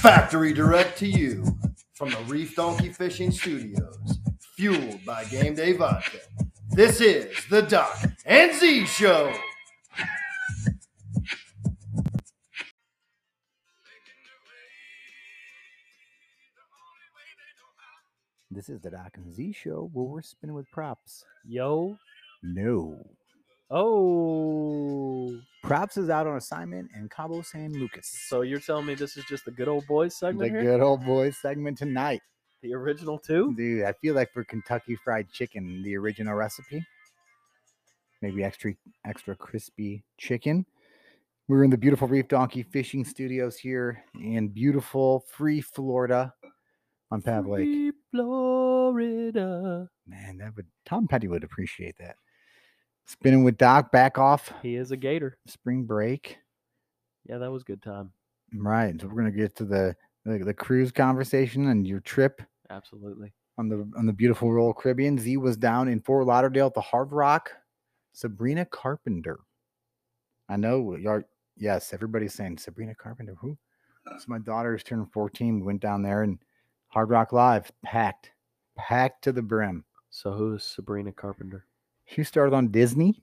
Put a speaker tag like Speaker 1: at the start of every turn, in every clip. Speaker 1: Factory direct to you from the Reef Donkey Fishing Studios, fueled by Game Day Vodka. This is the Doc and Z Show.
Speaker 2: This is the Doc and Z show where we're spinning with props.
Speaker 3: Yo.
Speaker 2: No.
Speaker 3: Oh.
Speaker 2: Props is out on assignment in Cabo San Lucas.
Speaker 3: So you're telling me this is just the good old boys
Speaker 2: The
Speaker 3: segment here?
Speaker 2: good old boys segment tonight.
Speaker 3: The original two?
Speaker 2: Dude, I feel like for Kentucky Fried Chicken, the original recipe, maybe extra extra crispy chicken. We're in the beautiful Reef Donkey Fishing Studios here in beautiful, free Florida on Pav Lake.
Speaker 3: Free Florida.
Speaker 2: Man, that would Tom Petty would appreciate that. Spinning with Doc back off
Speaker 3: He is a gator.
Speaker 2: spring break.
Speaker 3: Yeah, that was good time.
Speaker 2: Right. So we're gonna get to the the, the cruise conversation and your trip
Speaker 3: Absolutely.
Speaker 2: on the on the beautiful Royal Caribbean. Z was down in Fort Lauderdale at the Hard Rock. Sabrina Carpenter. I know y'all. Yes, everybody's saying Sabrina Carpenter. Who? So my daughter's turned 14. We went down there and Hard Rock Live packed, packed to the brim.
Speaker 3: So who is Sabrina Carpenter?
Speaker 2: She started on Disney.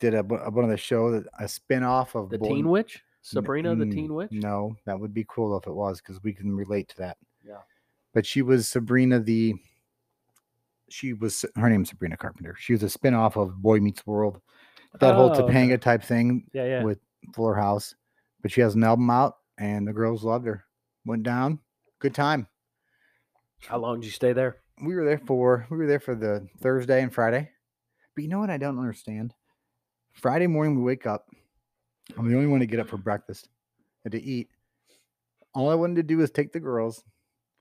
Speaker 2: Did a, bu- one of the show that a spinoff of
Speaker 3: The
Speaker 2: Boy-
Speaker 3: Teen Witch?
Speaker 2: N-
Speaker 3: Sabrina the
Speaker 2: mm,
Speaker 3: Teen Witch?
Speaker 2: No, that would be cool if it was because we can relate to that.
Speaker 3: Yeah.
Speaker 2: But she was Sabrina the. She was her name's Sabrina Carpenter. She was a spinoff of Boy Meets World, that whole
Speaker 3: Oh, okay.
Speaker 2: Topanga type thing,
Speaker 3: Yeah, yeah.
Speaker 2: with- Fuller House. But she has an album out, and the girls loved her. Went down, good time.
Speaker 3: How long did you stay there?
Speaker 2: We were there for we were there for the Thursday and Friday. But you know what? I don't understand. Friday morning we wake up. I'm the only one to get up for breakfast and to eat. All I wanted to do is take the girls.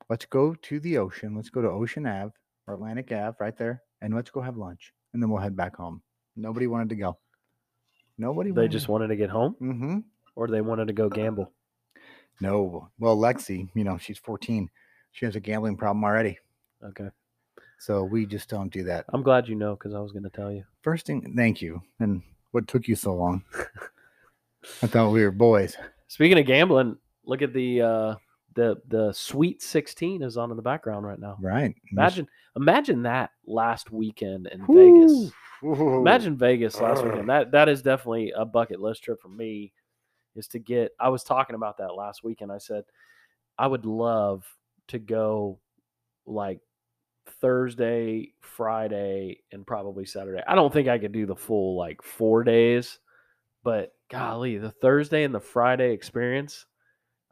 Speaker 2: Let's go to the ocean. Let's go to Ocean Ave or Atlantic Ave right there. And let's go have lunch. And then we'll head back home. Nobody wanted to go. Nobody
Speaker 3: They just wanted to get home
Speaker 2: mm-hmm.
Speaker 3: or they wanted to go gamble?
Speaker 2: No. Well, Lexi, you know, she's 14. She has a gambling problem already.
Speaker 3: Okay.
Speaker 2: So we just don't do that.
Speaker 3: I'm glad you know because I was going to tell you.
Speaker 2: First thing, thank you. And what took you so long? I thought we were boys.
Speaker 3: Speaking of gambling, look at the uh the the Sweet 16 is on in the background right now.
Speaker 2: Right. Miss-
Speaker 3: Imagine imagine that last weekend in Vegas.
Speaker 2: Whew.
Speaker 3: Imagine Vegas last
Speaker 2: Ugh.
Speaker 3: weekend. That that is definitely a bucket list trip for me. Is to get. I was talking about that last weekend. I said I would love to go like Thursday, Friday, and probably Saturday. I don't think I could do the full like four days, but golly, the Thursday and the Friday experience.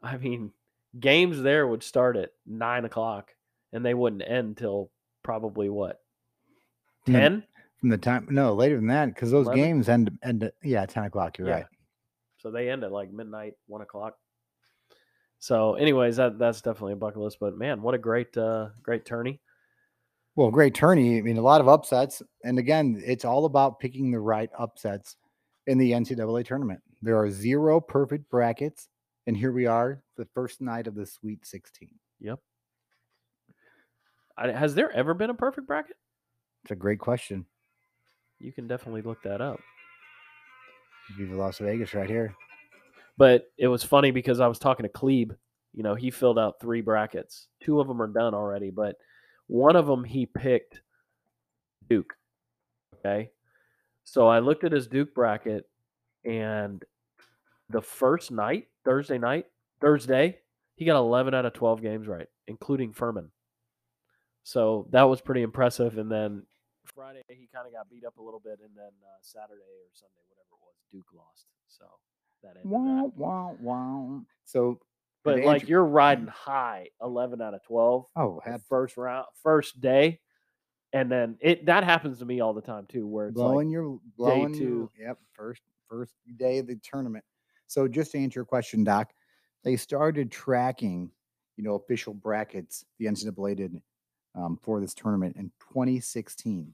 Speaker 3: I mean, games there would start at nine o'clock and they wouldn't end till probably what
Speaker 2: From the-
Speaker 3: ten.
Speaker 2: From the time, no, later than that, because those
Speaker 3: 11?
Speaker 2: games end, end, at- yeah, 10 o'clock. You're
Speaker 3: Yeah.
Speaker 2: right.
Speaker 3: So they end at like midnight, one o'clock. So, anyways, that that's definitely a bucket list. But man, what a great uh great tourney.
Speaker 2: Well, great tourney. I mean, a lot of upsets. And again, it's all about picking the right upsets in the NCAA tournament. There are zero perfect brackets. And here we are, the first night of the Sweet 16.
Speaker 3: I, has there ever been a perfect bracket?
Speaker 2: It's a great question.
Speaker 3: You can definitely look that up.
Speaker 2: Viva Las Vegas right here.
Speaker 3: But it was funny because I was talking to Klebe. You know, he filled out three brackets. Two of them are done already, but one of them he picked Duke. Okay. So I looked at his Duke bracket and the first night, Thursday night, Thursday, he got 11 out of 12 games right, including Furman. So that was pretty impressive. And then Friday, he kind of got beat up a little bit. And then uh, Saturday or Sunday, whatever it was, Duke lost. So that ended. that.
Speaker 2: Wow, wow, wow. So,
Speaker 3: But
Speaker 2: the
Speaker 3: like
Speaker 2: injury-
Speaker 3: you're riding
Speaker 2: Mm.
Speaker 3: high, eleven out of twelve,
Speaker 2: oh,
Speaker 3: the
Speaker 2: ab-
Speaker 3: first round, first day, and then it that happens to me all the time too, where it's
Speaker 2: blowing
Speaker 3: like,
Speaker 2: your blowing
Speaker 3: two.
Speaker 2: Your, yep, first first day of the tournament. So just to answer your question, Doc, they started tracking, you know, official brackets the NCAA did um, for this tournament in 2016,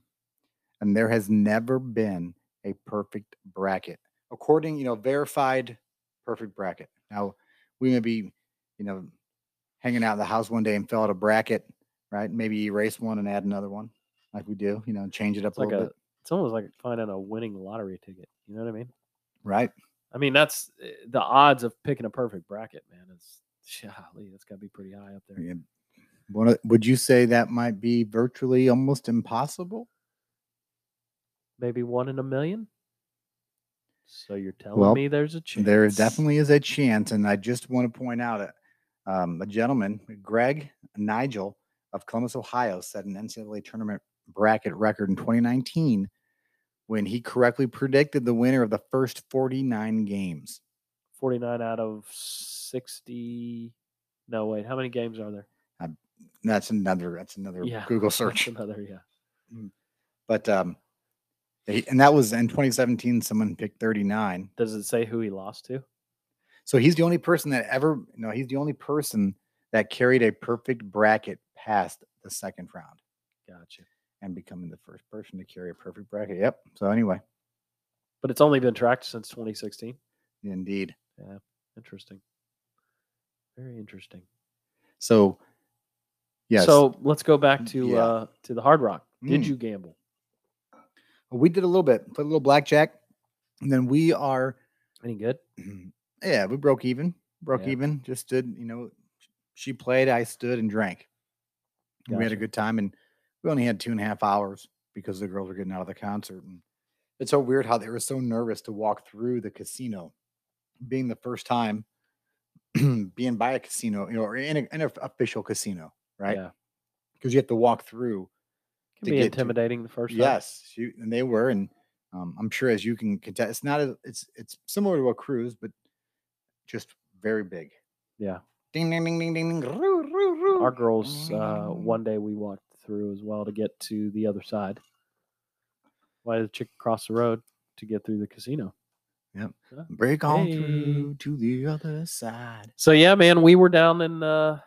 Speaker 2: and there has never been a perfect bracket, according, you know, verified perfect bracket. Now we may be, you know, hanging out in the house one day and fill out a bracket, right? Maybe erase one and add another one, like we do, you know, and change it up
Speaker 3: it's
Speaker 2: a
Speaker 3: like
Speaker 2: little bit.
Speaker 3: a it's almost like finding a winning lottery ticket. You know what I mean?
Speaker 2: Right.
Speaker 3: I mean that's eh, the odds of picking a perfect bracket, man. It's golly, that's got to be pretty high up there.
Speaker 2: Yeah. One of- Would you say that might be virtually almost impossible?
Speaker 3: Maybe one in a million. So you're telling
Speaker 2: Well,
Speaker 3: me there's a chance.
Speaker 2: There definitely is a chance, and I just want to point out a, um, a gentleman, Greg Nigel of Columbus, Ohio, set an NCAA tournament bracket record in 2019 when he correctly predicted the winner of the first 49 games.
Speaker 3: 49 out of 60. No, wait. How many games are there?
Speaker 2: That's another. That's another
Speaker 3: Yeah,
Speaker 2: Google
Speaker 3: That's
Speaker 2: search.
Speaker 3: Another, yeah.
Speaker 2: But um, they, and that was in 2017. Someone picked 39.
Speaker 3: Does it say who he lost to?
Speaker 2: So he's the only person that ever. No, he's the only person that carried a perfect bracket past the second round.
Speaker 3: Gotcha.
Speaker 2: and becoming the first person to carry a perfect bracket. Yep. So anyway,
Speaker 3: But it's only been tracked since 2016.
Speaker 2: indeed.
Speaker 3: Interesting. Very interesting.
Speaker 2: So yes. Mm,
Speaker 3: So let's go back to
Speaker 2: Yeah.
Speaker 3: uh to the Hard Rock. Did
Speaker 2: Mm.
Speaker 3: you gamble?
Speaker 2: we did a little bit, played a little blackjack, and then we are
Speaker 3: Any good?
Speaker 2: Mm-hmm. yeah, we broke even. Broke
Speaker 3: Yeah.
Speaker 2: even. Just stood, you know, she played, I stood and drank. We had a
Speaker 3: Gotcha.
Speaker 2: good time and we only had two and a half hours because the girls were getting out of the concert. And it's so weird how they were so nervous to walk through the casino, being the first time being by a casino, you know, or in a, an official casino, right?
Speaker 3: Yeah.
Speaker 2: Because you have to walk through
Speaker 3: Can
Speaker 2: to
Speaker 3: be
Speaker 2: get to-
Speaker 3: intimidating the first time.
Speaker 2: Yes, she, and they were, and um, I'm sure as you can contest, it's not a, it's it's similar to a cruise, but just very big.
Speaker 3: Yeah.
Speaker 2: Ding ding ding ding ding. ding roo, roo, roo.
Speaker 3: Our girls uh
Speaker 2: Mm.
Speaker 3: one day we walked through as well to get to the other side. Why the chick cross the road to get through the casino?
Speaker 2: break on
Speaker 3: Hey.
Speaker 2: through to the other side.
Speaker 3: So yeah, man, we were down in uh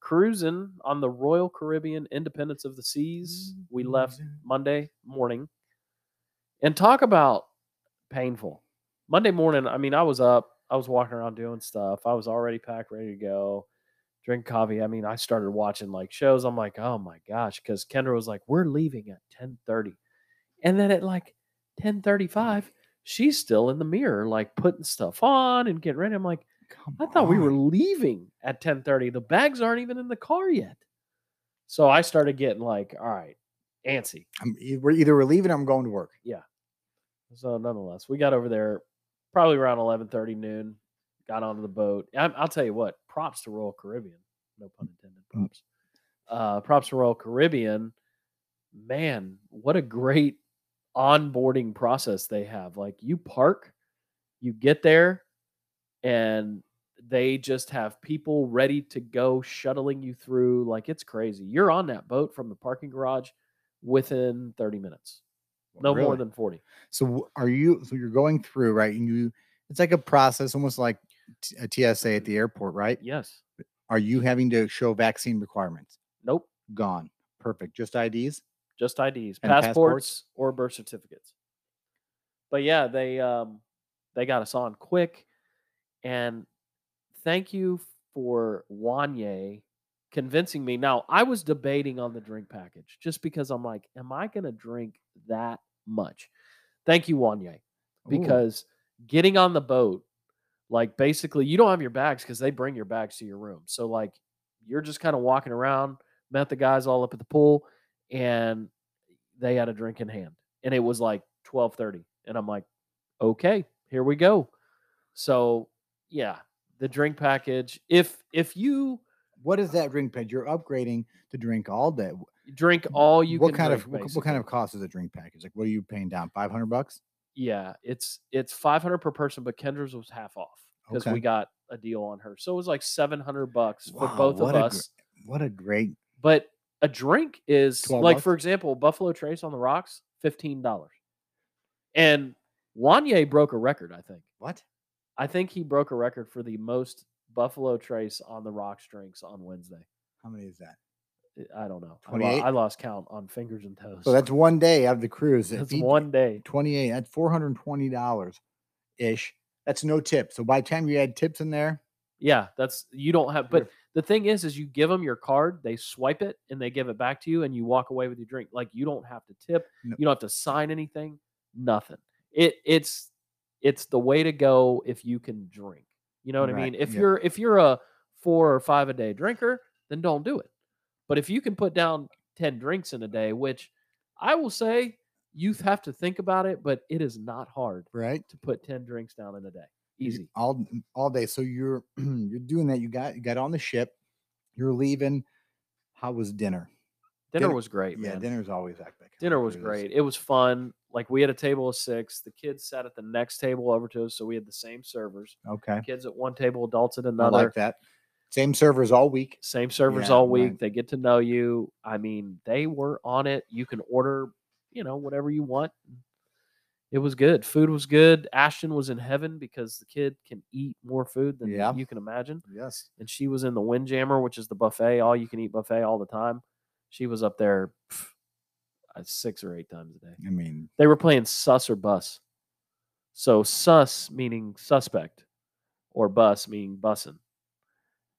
Speaker 3: cruising on the Royal Caribbean Independence of the Seas. We left Monday morning. And talk about painful. Monday morning, I mean, I was up, I was walking around doing stuff. I was already packed, ready to go. Drink coffee. I mean, I started watching like shows. I'm like, oh my gosh, because Kendra was like, we're leaving at 10:30. And then at like 10:35, she's still in the mirror, like putting stuff on and getting ready. I'm like,
Speaker 2: Come
Speaker 3: I thought we were
Speaker 2: on.
Speaker 3: leaving at 10:30. The bags aren't even in the car yet. So I started getting like, all right, antsy.
Speaker 2: I'm, e- we're either we're leaving. Or I'm going to work.
Speaker 3: So nonetheless, we got over there probably around 11:30 noon. Got onto the boat. I, I'll tell you what. Props to Royal Caribbean. No pun intended.
Speaker 2: Mm.
Speaker 3: Props. Uh, props to Royal Caribbean. Man, what a great onboarding process they have. Like you park, you get there, and they just have people ready to go shuttling you through. Like it's crazy. You're on that boat from the parking garage within 30 minutes. No more
Speaker 2: Really?
Speaker 3: than 40.
Speaker 2: So w- are you? So you're going through right, and you. It's like a process, almost like t- a TSA
Speaker 3: Mm-hmm.
Speaker 2: at the airport, right?
Speaker 3: Yes.
Speaker 2: Are you having to show vaccine requirements?
Speaker 3: Nope.
Speaker 2: Gone. Perfect. Just IDs.
Speaker 3: Just IDs, passports,
Speaker 2: And passports?
Speaker 3: or birth certificates. But yeah, they um they got us on quick. And thank you for Wanye convincing me. Now, I was debating on the drink package just because I'm like, am I going to drink that much? Thank you, Wanye,
Speaker 2: Ooh.
Speaker 3: because getting on the boat, like basically, you don't have your bags because they bring your bags to your room. So, like, you're just kind of walking around, met the guys all up at the pool, and they had a drink in hand. And it was like 1230. And I'm like, okay, here we go. So, yeah, the drink package. If if you
Speaker 2: what is that drink package? You're upgrading to drink all day. W-
Speaker 3: drink all you
Speaker 2: what
Speaker 3: can
Speaker 2: kind
Speaker 3: drink,
Speaker 2: of what, what kind of
Speaker 3: basically.
Speaker 2: cost is a drink package? Like, what are you paying down? Five hundred bucks.
Speaker 3: yeah it's it's 500 per person but kendra's was half off because
Speaker 2: Okay.
Speaker 3: we got a deal on her so it was like 700 bucks for
Speaker 2: Wow,
Speaker 3: both
Speaker 2: what
Speaker 3: of
Speaker 2: a gr-
Speaker 3: us
Speaker 2: What a great.
Speaker 3: but a drink is
Speaker 2: 12
Speaker 3: like
Speaker 2: bucks?
Speaker 3: for example buffalo trace on the rocks $15 and wanye broke a record i think
Speaker 2: What?
Speaker 3: i think he broke a record for the most buffalo trace on the rocks drinks on wednesday
Speaker 2: How many is that?
Speaker 3: i I don't know I, lo-
Speaker 2: 28?
Speaker 3: I lost count on fingers and toes
Speaker 2: So that's one day out of the cruise. If
Speaker 3: that's
Speaker 2: he-
Speaker 3: one day
Speaker 2: 28 that's 420 dollars ish that's no tip so by the time you add tips in there
Speaker 3: Yeah, that's you don't have.
Speaker 2: Sure.
Speaker 3: But the thing is, is you give them your card, they swipe it, and they give it back to you, and you walk away with your drink. Like you don't have to tip,
Speaker 2: No.
Speaker 3: you don't have to sign anything, nothing. It it's it's the way to go if you can drink. You know what I
Speaker 2: Right,
Speaker 3: mean? If
Speaker 2: yeah.
Speaker 3: you're if you're a four or five a day drinker, then don't do it. But if you can put down 10 drinks in a day, which I will say youth have to think about it, but it is not hard
Speaker 2: right?
Speaker 3: to put 10 drinks down in a day.
Speaker 2: You-
Speaker 3: Easy.
Speaker 2: all mm, all day. So you're you're doing that. You got you got on the ship. You're leaving. How was dinner?
Speaker 3: Dinner,
Speaker 2: dinner-
Speaker 3: was great,
Speaker 2: yeah,
Speaker 3: man.
Speaker 2: dinner's always epic.
Speaker 3: dinner was
Speaker 2: It
Speaker 3: great. It was fun. Like we had a table of six. The kids sat at the next table over to us, so we had the same servers.
Speaker 2: Okay,
Speaker 3: Kids at one table, adults at
Speaker 2: I
Speaker 3: another.
Speaker 2: like that. Same servers all week.
Speaker 3: Same servers
Speaker 2: Yeah,
Speaker 3: all week.
Speaker 2: right.
Speaker 3: They get to know you. I mean, they were on it. You can order, you know, whatever you want. It was good. Food was good. Ashton was in heaven because the kid can eat more food than
Speaker 2: Yeah.
Speaker 3: you can imagine.
Speaker 2: Yes.
Speaker 3: And she was in the Windjammer, which is the buffet, all you can eat buffet all the time. She was up there pff, uh, six or eight times a day
Speaker 2: I mean,
Speaker 3: they were playing sus or bus. So sus meaning suspect, or bus meaning bussin.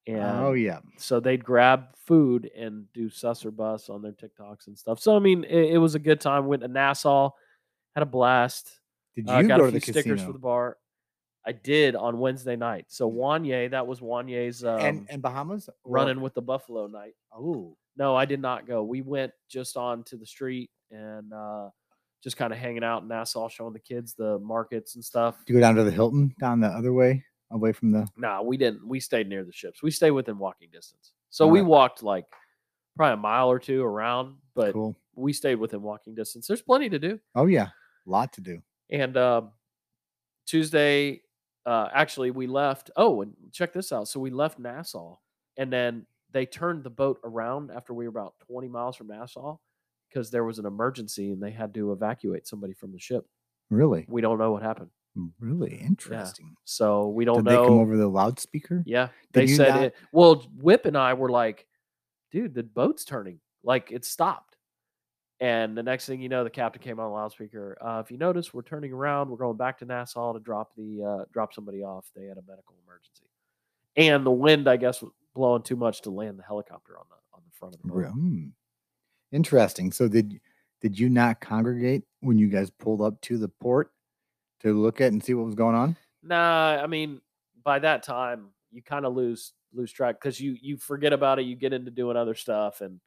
Speaker 3: And
Speaker 2: oh yeah,
Speaker 3: so they'd grab food and do sus or bus on their TikToks and stuff. So I mean, it, it was a good time. Went to Nassau, had a blast.
Speaker 2: did you
Speaker 3: Uh, got
Speaker 2: go to
Speaker 3: a few
Speaker 2: the
Speaker 3: stickers for
Speaker 2: casino?
Speaker 3: the bar. I did on Wednesday night. So Wanye, that was Wanye's um,
Speaker 2: and and Bahamas Or-
Speaker 3: running with the Buffalo night.
Speaker 2: Oh,
Speaker 3: No, I did not go. We went just on to the street and uh, just kind of hanging out in Nassau, showing the kids the markets and stuff.
Speaker 2: to go down to the Hilton down the other way, away from the.
Speaker 3: Nah, we didn't. We stayed near the ships. We stayed within walking distance. So we
Speaker 2: Alright.
Speaker 3: walked like probably a mile or two around, but
Speaker 2: cool.
Speaker 3: we stayed within walking distance. There's plenty to do.
Speaker 2: Oh yeah, lot to do.
Speaker 3: And um Tuesday, uh, actually, we left. Oh, and check this out. So we left Nassau, and then they turned the boat around after we were about 20 miles from Nassau because there was an emergency and they had to evacuate somebody from the ship.
Speaker 2: Really,
Speaker 3: We don't know what happened,
Speaker 2: really interesting.
Speaker 3: so we don't
Speaker 2: Did
Speaker 3: know.
Speaker 2: they come over the loudspeaker?
Speaker 3: Yeah,
Speaker 2: Did
Speaker 3: they
Speaker 2: you
Speaker 3: said
Speaker 2: not-
Speaker 3: it. Well, Whip and I were like, "Dude, the boat's turning. Like it stopped." And the next thing you know, the captain came on the loudspeaker. Uh, if you notice, we're turning around. We're going back to Nassau to drop the uh, drop somebody off. They had a medical emergency, and the wind, I guess, was blowing too much to land the helicopter on the on the front of the boat.
Speaker 2: Re- mm. Interesting. So did did you not congregate when you guys pulled up to the port to look at and see what was going on?
Speaker 3: Nah, I mean, by that time you kind of lose lose track because you you forget about it. You get into doing other stuff and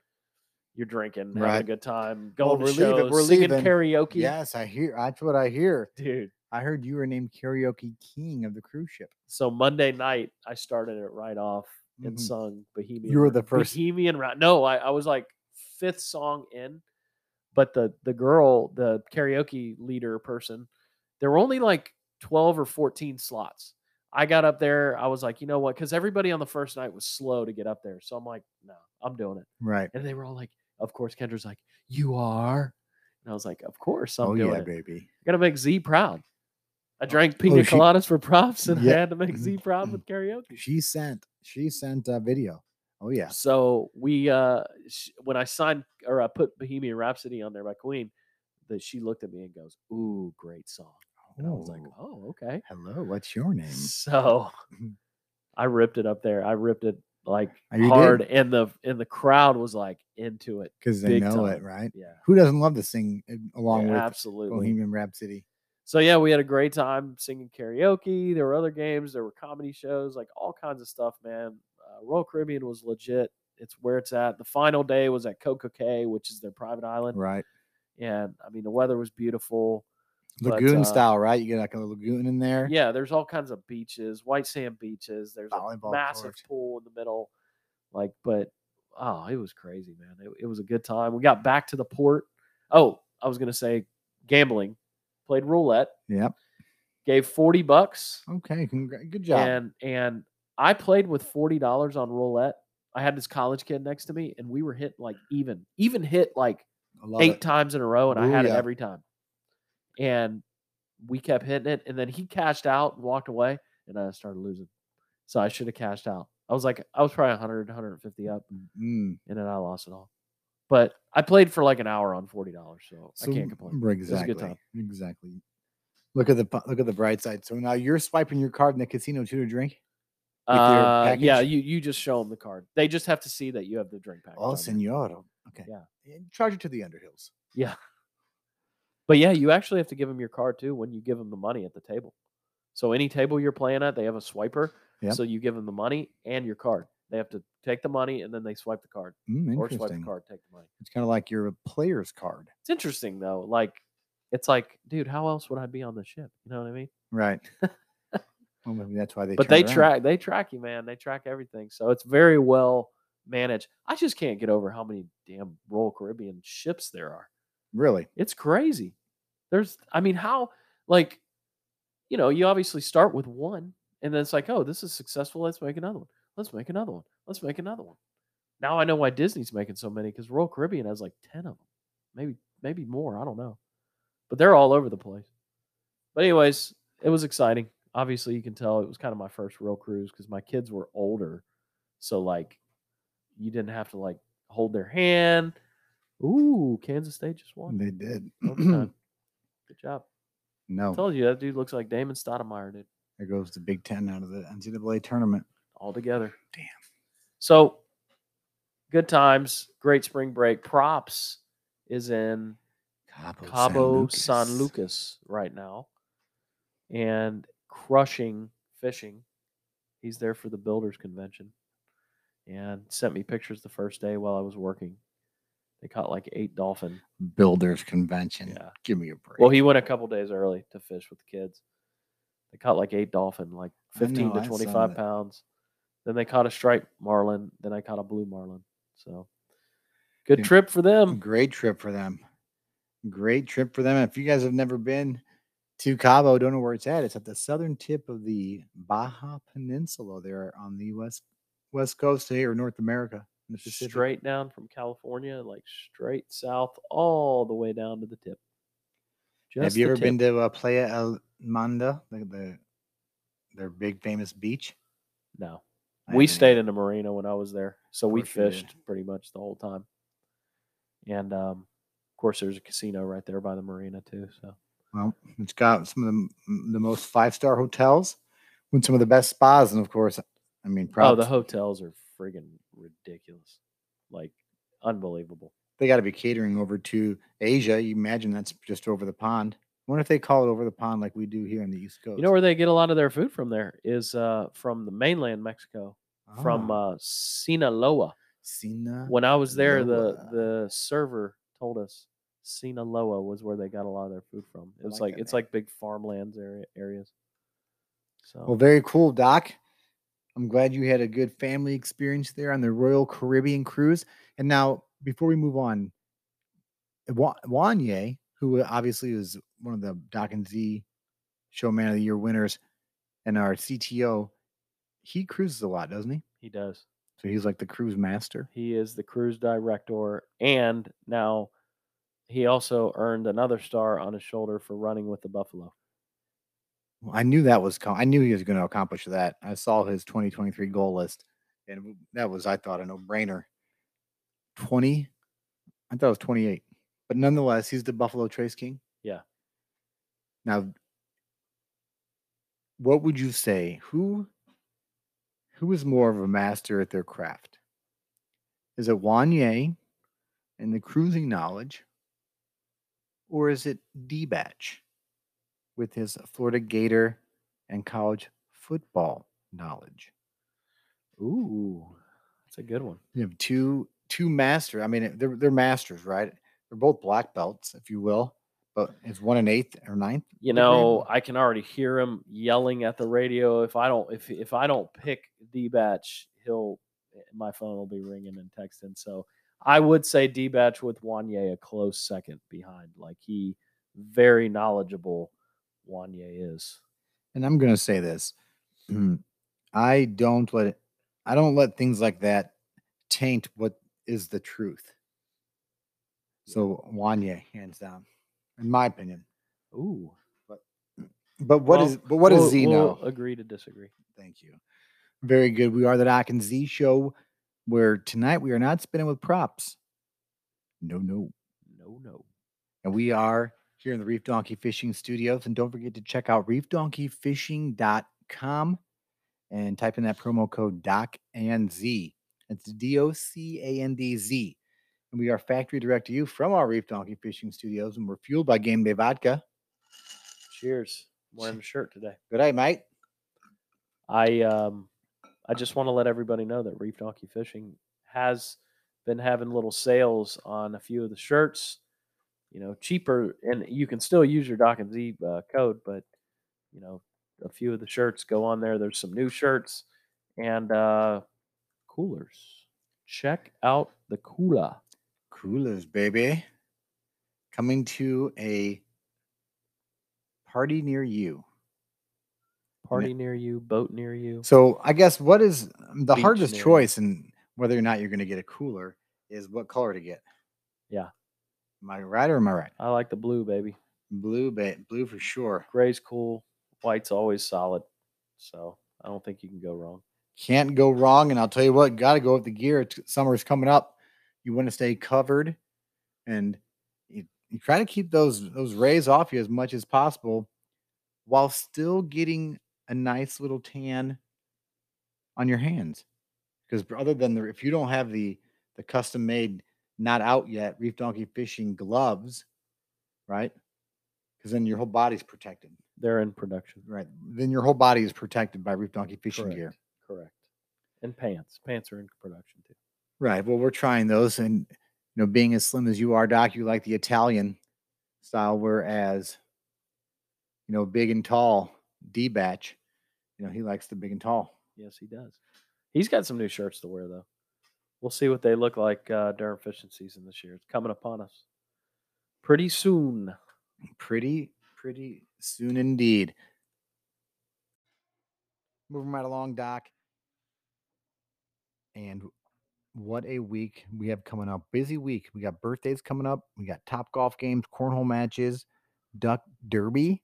Speaker 3: you're drinking, having a
Speaker 2: Right.
Speaker 3: good time,
Speaker 2: Well,
Speaker 3: going
Speaker 2: we're
Speaker 3: to
Speaker 2: leaving-
Speaker 3: shows,
Speaker 2: we're
Speaker 3: singing
Speaker 2: leaving.
Speaker 3: karaoke.
Speaker 2: Yes, I hear. That's what I hear.
Speaker 3: dude.
Speaker 2: I heard you were named karaoke king of the cruise ship.
Speaker 3: So Monday night I started it right off and
Speaker 2: Mhm.
Speaker 3: sung Bohemian.
Speaker 2: You were
Speaker 3: Ra-
Speaker 2: the first-
Speaker 3: Bohemian Rhapsody. No, I, I was like fifth song in, but the the girl, the karaoke leader person, there were only like twelve or fourteen slots. I got up there. I was like, you know what? Because everybody on the first night was slow to get up there. So I'm like, no, I'm doing it.
Speaker 2: Right.
Speaker 3: And they were all like, of course. Kendra's like, you are. And I was like, of course, I'm
Speaker 2: oh
Speaker 3: doing
Speaker 2: yeah,
Speaker 3: it.
Speaker 2: baby.
Speaker 3: Gotta make Z proud. I drank pina
Speaker 2: she-
Speaker 3: coladas for props and
Speaker 2: Yeah. Mm-hmm.
Speaker 3: I had to make Z proud with karaoke.
Speaker 2: She sent. She sent a video. Oh yeah.
Speaker 3: So we, uh, sh- when I signed or I put Bohemian Rhapsody on there by Queen, that she looked at me and goes, "Ooh, great song." And I was like,
Speaker 2: Oh,
Speaker 3: "Oh, okay."
Speaker 2: hello. What's your name?
Speaker 3: So I ripped it up there. I ripped it like
Speaker 2: Oh, you did?
Speaker 3: hard, and the and the crowd was like into it.
Speaker 2: Because they
Speaker 3: big
Speaker 2: know it,
Speaker 3: time.
Speaker 2: right?
Speaker 3: Yeah,
Speaker 2: Who doesn't love to sing uh, along
Speaker 3: yeah,
Speaker 2: with
Speaker 3: absolutely.
Speaker 2: Bohemian Rhapsody?
Speaker 3: So yeah, we had a great time singing karaoke. There were other games, there were comedy shows, like all kinds of stuff, man. Uh, Royal Caribbean was legit. It's where it's at. The final day was at Coco Cay, which is their private island,
Speaker 2: Right.
Speaker 3: and I mean the weather was beautiful. But,
Speaker 2: Lagoon
Speaker 3: uh,
Speaker 2: style, right? You get like a lagoon in there.
Speaker 3: Yeah, there's all kinds of beaches, white sand beaches. There's a
Speaker 2: Volleyball
Speaker 3: massive
Speaker 2: court.
Speaker 3: pool in the middle, like, but oh, it was crazy, man. It, it was a good time. We got back to the port. Oh, I was gonna say gambling. Played roulette.
Speaker 2: Yep.
Speaker 3: Gave forty bucks.
Speaker 2: Okay. Congra- good job.
Speaker 3: And and I played with forty dollars on roulette. I had this college kid next to me, and we were hit like even, even hit like
Speaker 2: I love
Speaker 3: eight
Speaker 2: it.
Speaker 3: times in a row, and I had it
Speaker 2: Booyah.
Speaker 3: every time. And we kept hitting it, and then he cashed out and walked away, and I started losing. So I should have cashed out. I was like, I was probably 100, 150 up,
Speaker 2: Mm,
Speaker 3: and then I lost it all. But I played for like an hour on forty dollars, so,
Speaker 2: so
Speaker 3: I can't complain.
Speaker 2: r-
Speaker 3: was a
Speaker 2: Exactly.
Speaker 3: good time.
Speaker 2: Exactly. Look at the po- look at the bright side. So now you're swiping your card in the casino too to drink. with your
Speaker 3: Uh, yeah,
Speaker 2: package?
Speaker 3: you you just show them the card. They just have to see that you have the drink package. on
Speaker 2: Oh,
Speaker 3: there.
Speaker 2: senor. Okay.
Speaker 3: Yeah.
Speaker 2: And Charge it to the Underhills.
Speaker 3: But yeah, you actually have to give them your card too when you give them the money at the table. So any table you're playing at, they have a swiper.
Speaker 2: Yep.
Speaker 3: So you give them the money and your card. They have to take the money and then they swipe the card
Speaker 2: Mm,
Speaker 3: or swipe the
Speaker 2: interesting.
Speaker 3: card, take the money.
Speaker 2: It's kind of like your player's card,
Speaker 3: It's interesting though. Like, it's like, dude, how else would I be on the ship? You know what I mean?
Speaker 2: right? well, maybe that's why they.
Speaker 3: but
Speaker 2: turned
Speaker 3: they
Speaker 2: it around.
Speaker 3: track, they track you, man. They track everything, so it's very well managed. I just can't get over how many damn Royal Caribbean ships there are.
Speaker 2: Really,
Speaker 3: It's crazy. There's, I mean, how, like, you know, you obviously start with one and then it's like, oh, this is successful. Let's make another one. Let's make another one. Let's make another one. Now I know why Disney's making so many because Royal Caribbean has like 10 of them, maybe, maybe more. I don't know. But they're all over the place. But, anyways, it was exciting. Obviously, you can tell it was kind of my first real cruise because my kids were older. So, like, you didn't have to like hold their hand. Ooh, Kansas State just won.
Speaker 2: they did.
Speaker 3: Overtime. Good job. I
Speaker 2: no,
Speaker 3: told you that dude looks like Damon Stoudemire, dude.
Speaker 2: there goes the Big Ten out of the NCAA tournament.
Speaker 3: All together.
Speaker 2: Damn.
Speaker 3: So good times, great spring break. Props is in
Speaker 2: Cabo,
Speaker 3: Cabo San Lucas. right now and crushing fishing. He's there for the builders convention and sent me pictures the first day while I was working. They caught like eight dolphin.
Speaker 2: Builders Convention.
Speaker 3: Yeah.
Speaker 2: Give me a break.
Speaker 3: Well, he went a couple days early to fish with the kids. They caught like eight dolphin, like
Speaker 2: I
Speaker 3: 15
Speaker 2: know,
Speaker 3: to
Speaker 2: I saw
Speaker 3: 25
Speaker 2: that.
Speaker 3: pounds. Then they caught a striped marlin. Then I caught a blue marlin. So good
Speaker 2: Yeah.
Speaker 3: trip for them.
Speaker 2: great trip for them. Great trip for them. If you guys have never been to Cabo, don't know where it's at. It's at the southern tip of the Baja Peninsula there on the west west coast here or North America. in the Pacific.
Speaker 3: Straight down from California, like straight south, all the way down to the tip.
Speaker 2: Have you ever been to uh, Playa El Manda, the, the their big famous beach?
Speaker 3: No.
Speaker 2: I
Speaker 3: We
Speaker 2: haven't
Speaker 3: stayed
Speaker 2: either.
Speaker 3: in the marina when I was there. So we
Speaker 2: course you did.
Speaker 3: fished pretty much the whole time. And um, of course, there's a casino right there by the marina, too. So
Speaker 2: Well, it's got some of the, m- the most five star hotels with some of the best spas, and of course, I mean,
Speaker 3: Oh, the
Speaker 2: props.
Speaker 3: hotels are friggin' ridiculous. Like unbelievable.
Speaker 2: they got to be catering over to Asia. You imagine that's just over the pond. wonder if they call it over the pond like we do here on the East Coast.
Speaker 3: You know where they get a lot of their food from there is uh from the mainland Mexico, from
Speaker 2: Ah,
Speaker 3: uh Sinaloa.
Speaker 2: Sina.
Speaker 3: When I was there,
Speaker 2: Sinaloa.
Speaker 3: the the server told us Sinaloa was where they got a lot of their food from. It
Speaker 2: I
Speaker 3: was
Speaker 2: like
Speaker 3: like
Speaker 2: that
Speaker 3: it's
Speaker 2: name.
Speaker 3: like big farmlands area areas. So
Speaker 2: Well, very cool, Doc. I'm glad you had a good family experience there on the Royal Caribbean cruise. And now, before we move on, Wa- Wanye, who obviously is one of the Doc and Z Showman of the Year winners and our CTO, he cruises a lot, doesn't he?
Speaker 3: he does.
Speaker 2: So he's like the cruise master.
Speaker 3: He is the cruise director, and now he also earned another star on his shoulder for running with the Buffalo.
Speaker 2: Well, I knew that was. Com- I knew he was going to accomplish that. I saw his 2023 goal list, and w- that was, I thought, a no-brainer. 20, I thought it was 28, but nonetheless, he's the Buffalo Trace King.
Speaker 3: Yeah.
Speaker 2: Now, what would you say? Who, who is more of a master at their craft? Is it Wanye and the cruising knowledge, or is it D Batch? with his Florida Gator and college football knowledge.
Speaker 3: Ooh, that's a good one.
Speaker 2: You have two two master. I mean, they're they're masters, right? They're both black belts, if you will. But it's one and eighth or ninth.
Speaker 3: You
Speaker 2: Good name.
Speaker 3: know, I can already hear him yelling at the radio. If I don't, if if I don't pick D Batch, he'll my phone will be ringing and texting. So I would say D Batch with Wanye a close second behind. Like he very knowledgeable. Wanye is.
Speaker 2: And I'm gonna say this: mm, I don't let I don't let things like that taint what is the truth. So Wanye, hands down, in my opinion.
Speaker 3: Ooh,
Speaker 2: But what
Speaker 3: Well,
Speaker 2: is but what does
Speaker 3: we'll-
Speaker 2: Z know?
Speaker 3: We'll agree to disagree.
Speaker 2: Thank you. Very good. We are the Doc and Z show where tonight we are not spinning with props. No, no.
Speaker 3: No, no.
Speaker 2: And we are here in the Reef Donkey Fishing Studios. And don't forget to check out reefdonkeyfishing.com and type in that promo code DOC and Z. It's D O C A N D Z. And we are factory direct to you from our Reef Donkey Fishing Studios. And we're fueled by Game Day Vodka.
Speaker 3: Cheers. I'm wearing a shirt today.
Speaker 2: Good night, mate.
Speaker 3: I um I just want to let everybody know that Reef Donkey Fishing has been having little sales on a few of the shirts. You know, cheaper, and you can still use your Doc and Z uh, code, but you know, a few of the shirts go on there. There's some new shirts and uh, coolers. Check out the cooler.
Speaker 2: Coolers, baby. Coming to a party near you.
Speaker 3: Party near you, boat near you.
Speaker 2: So I guess what is um, the
Speaker 3: Beach
Speaker 2: hardest
Speaker 3: near you.
Speaker 2: choice and whether or not you're going to get a cooler is what color to get.
Speaker 3: Yeah.
Speaker 2: Am I right or am I right?
Speaker 3: I like the blue, baby.
Speaker 2: Blue, ba- blue for sure.
Speaker 3: Gray's cool. White's always solid. So I don't think you can go wrong.
Speaker 2: Can't go wrong. And I'll tell you what, got to go with the gear. It's, summer's coming up. You want to stay covered, and you, you try to keep those those rays off you as much as possible, while still getting a nice little tan on your hands. Because other than the, if you don't have the the custom made, not out yet, reef donkey fishing gloves, right? Because then your whole body's protected,
Speaker 3: They're in production.
Speaker 2: right? Then your whole body is protected by reef donkey fishing
Speaker 3: Correct.
Speaker 2: gear.
Speaker 3: Correct. And pants. Pants are in production too.
Speaker 2: Right. Well, we're trying those, and you know, being as slim as you are, Doc, you like the Italian style, whereas you know, big and tall, D batch, you know, he likes the big and tall.
Speaker 3: Yes, he does. He's got some new shirts to wear though. We'll see what they look like uh, during fishing season this year. It's coming upon us pretty soon.
Speaker 2: Pretty, pretty soon indeed. Moving right along, Doc. And what a week we have coming up. Busy week. We got birthdays coming up. We got top golf games, cornhole matches, duck derby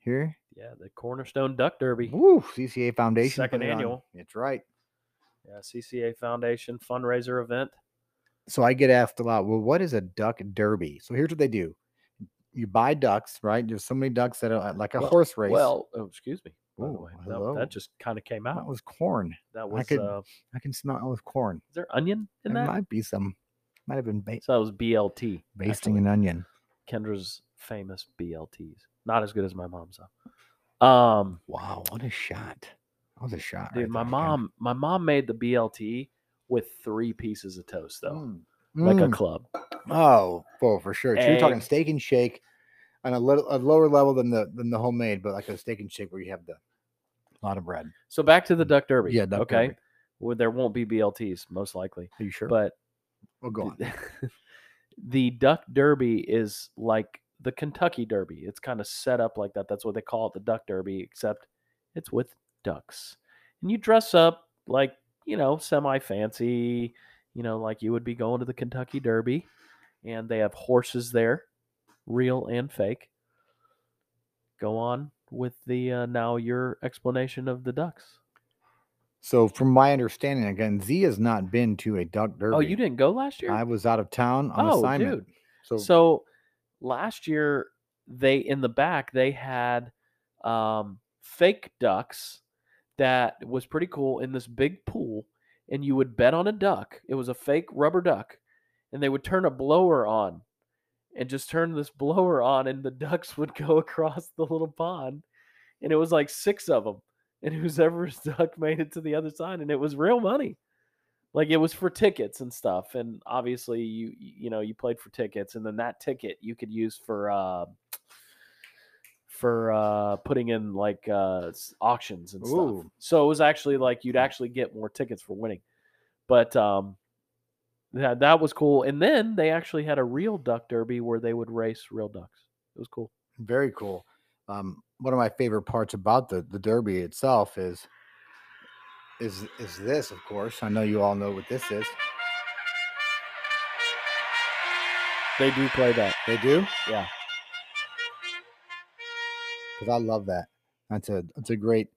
Speaker 2: here.
Speaker 3: Yeah, the Cornerstone Duck Derby.
Speaker 2: Woo, CCA Foundation.
Speaker 3: Second
Speaker 2: put it on.
Speaker 3: annual.
Speaker 2: That's right.
Speaker 3: Yeah, CCA Foundation fundraiser event.
Speaker 2: So I get asked a lot, well, what is a duck derby? So here's what they do. You buy ducks, right? There's so many ducks that are uh, like a
Speaker 3: Well-
Speaker 2: horse race.
Speaker 3: Well, oh, excuse me. By the
Speaker 2: Ooh,
Speaker 3: way, That-
Speaker 2: hello.
Speaker 3: that, just kind of came
Speaker 2: that
Speaker 3: out.
Speaker 2: was corn.
Speaker 3: That was.
Speaker 2: could-
Speaker 3: uh,
Speaker 2: I can smell it was corn.
Speaker 3: is there onion in
Speaker 2: There
Speaker 3: that?
Speaker 2: might be some, might have been ba-
Speaker 3: So that was BLT.
Speaker 2: basting
Speaker 3: actually.
Speaker 2: an onion.
Speaker 3: Kendra's famous BLTs. Not as good as my mom's though. Um,
Speaker 2: Wow, what a shot. That was a shot.
Speaker 3: dude,
Speaker 2: right
Speaker 3: my
Speaker 2: there, Ken.
Speaker 3: mom, my mom made the BLT with three pieces of toast though,
Speaker 2: Mm.
Speaker 3: like a
Speaker 2: Mm.
Speaker 3: club.
Speaker 2: Oh, well, for sure. So you're talking
Speaker 3: Egg.
Speaker 2: steak and shake on a little a lower level than the than the homemade, but like a steak and shake where you have the lot of bread.
Speaker 3: So back to the duck derby.
Speaker 2: Yeah, duck
Speaker 3: okay.
Speaker 2: derby.
Speaker 3: Well, there won't be BLTs most likely,
Speaker 2: Are you sure?
Speaker 3: but
Speaker 2: well, go on.
Speaker 3: the duck derby is like the Kentucky Derby. It's kind of set up like that. That's what they call it, the duck derby, except it's with ducks. And you dress up like, you know, semi fancy, you know, like you would be going to the Kentucky Derby. And they have horses there, real and fake. Go on with the uh, now your explanation of the ducks.
Speaker 2: So, from my understanding, again, Z has not been to a duck derby.
Speaker 3: Oh, you didn't go last year?
Speaker 2: I was out of town on
Speaker 3: Oh,
Speaker 2: assignment. So,
Speaker 3: So last year they in the back they had um, fake ducks that was pretty cool in this big pool, and you would bet on a duck. It was a fake rubber duck, and they would turn a blower on, and just turn this blower on, and the ducks would go across the little pond, and it was like six of them, and whoever's duck made it to the other side, and it was real money like it was for tickets and stuff and obviously you you know you played for tickets and then that ticket you could use for uh for uh putting in like uh s- auctions and stuff
Speaker 2: Ooh.
Speaker 3: so it was actually like you'd actually get more tickets for winning but um that, that was cool and then they actually had a real duck derby where they would race real ducks it was cool
Speaker 2: very cool. Um, one of my favorite parts about the, the derby itself is is is this, of course. I know you all know what this is.
Speaker 3: they do play that
Speaker 2: They do,
Speaker 3: Yeah.
Speaker 2: Because I love that. That's a that's a great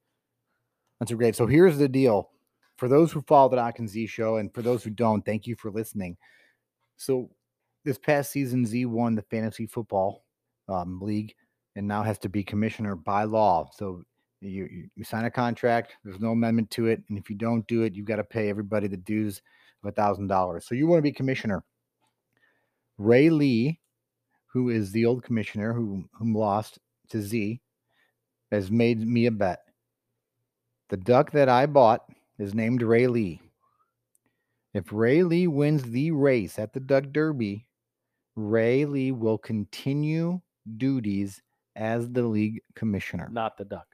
Speaker 2: that's a great. So here's the deal. For those who follow the Doc and Z show, and for those who don't, thank you for listening. So this past season, Z won the fantasy football um, league, and now has to be commissioner by law. So you, you you sign a contract. There's no amendment to it, and if you don't do it, you've got to pay everybody the dues of a thousand dollars. So you want to be commissioner. Ray Lee, who is the old commissioner who whom lost to Z, has made me a bet. The duck that I bought is named Ray Lee. If Ray Lee wins the race at the Doug Derby, Ray Lee will continue duties as the league commissioner.
Speaker 3: not the duck.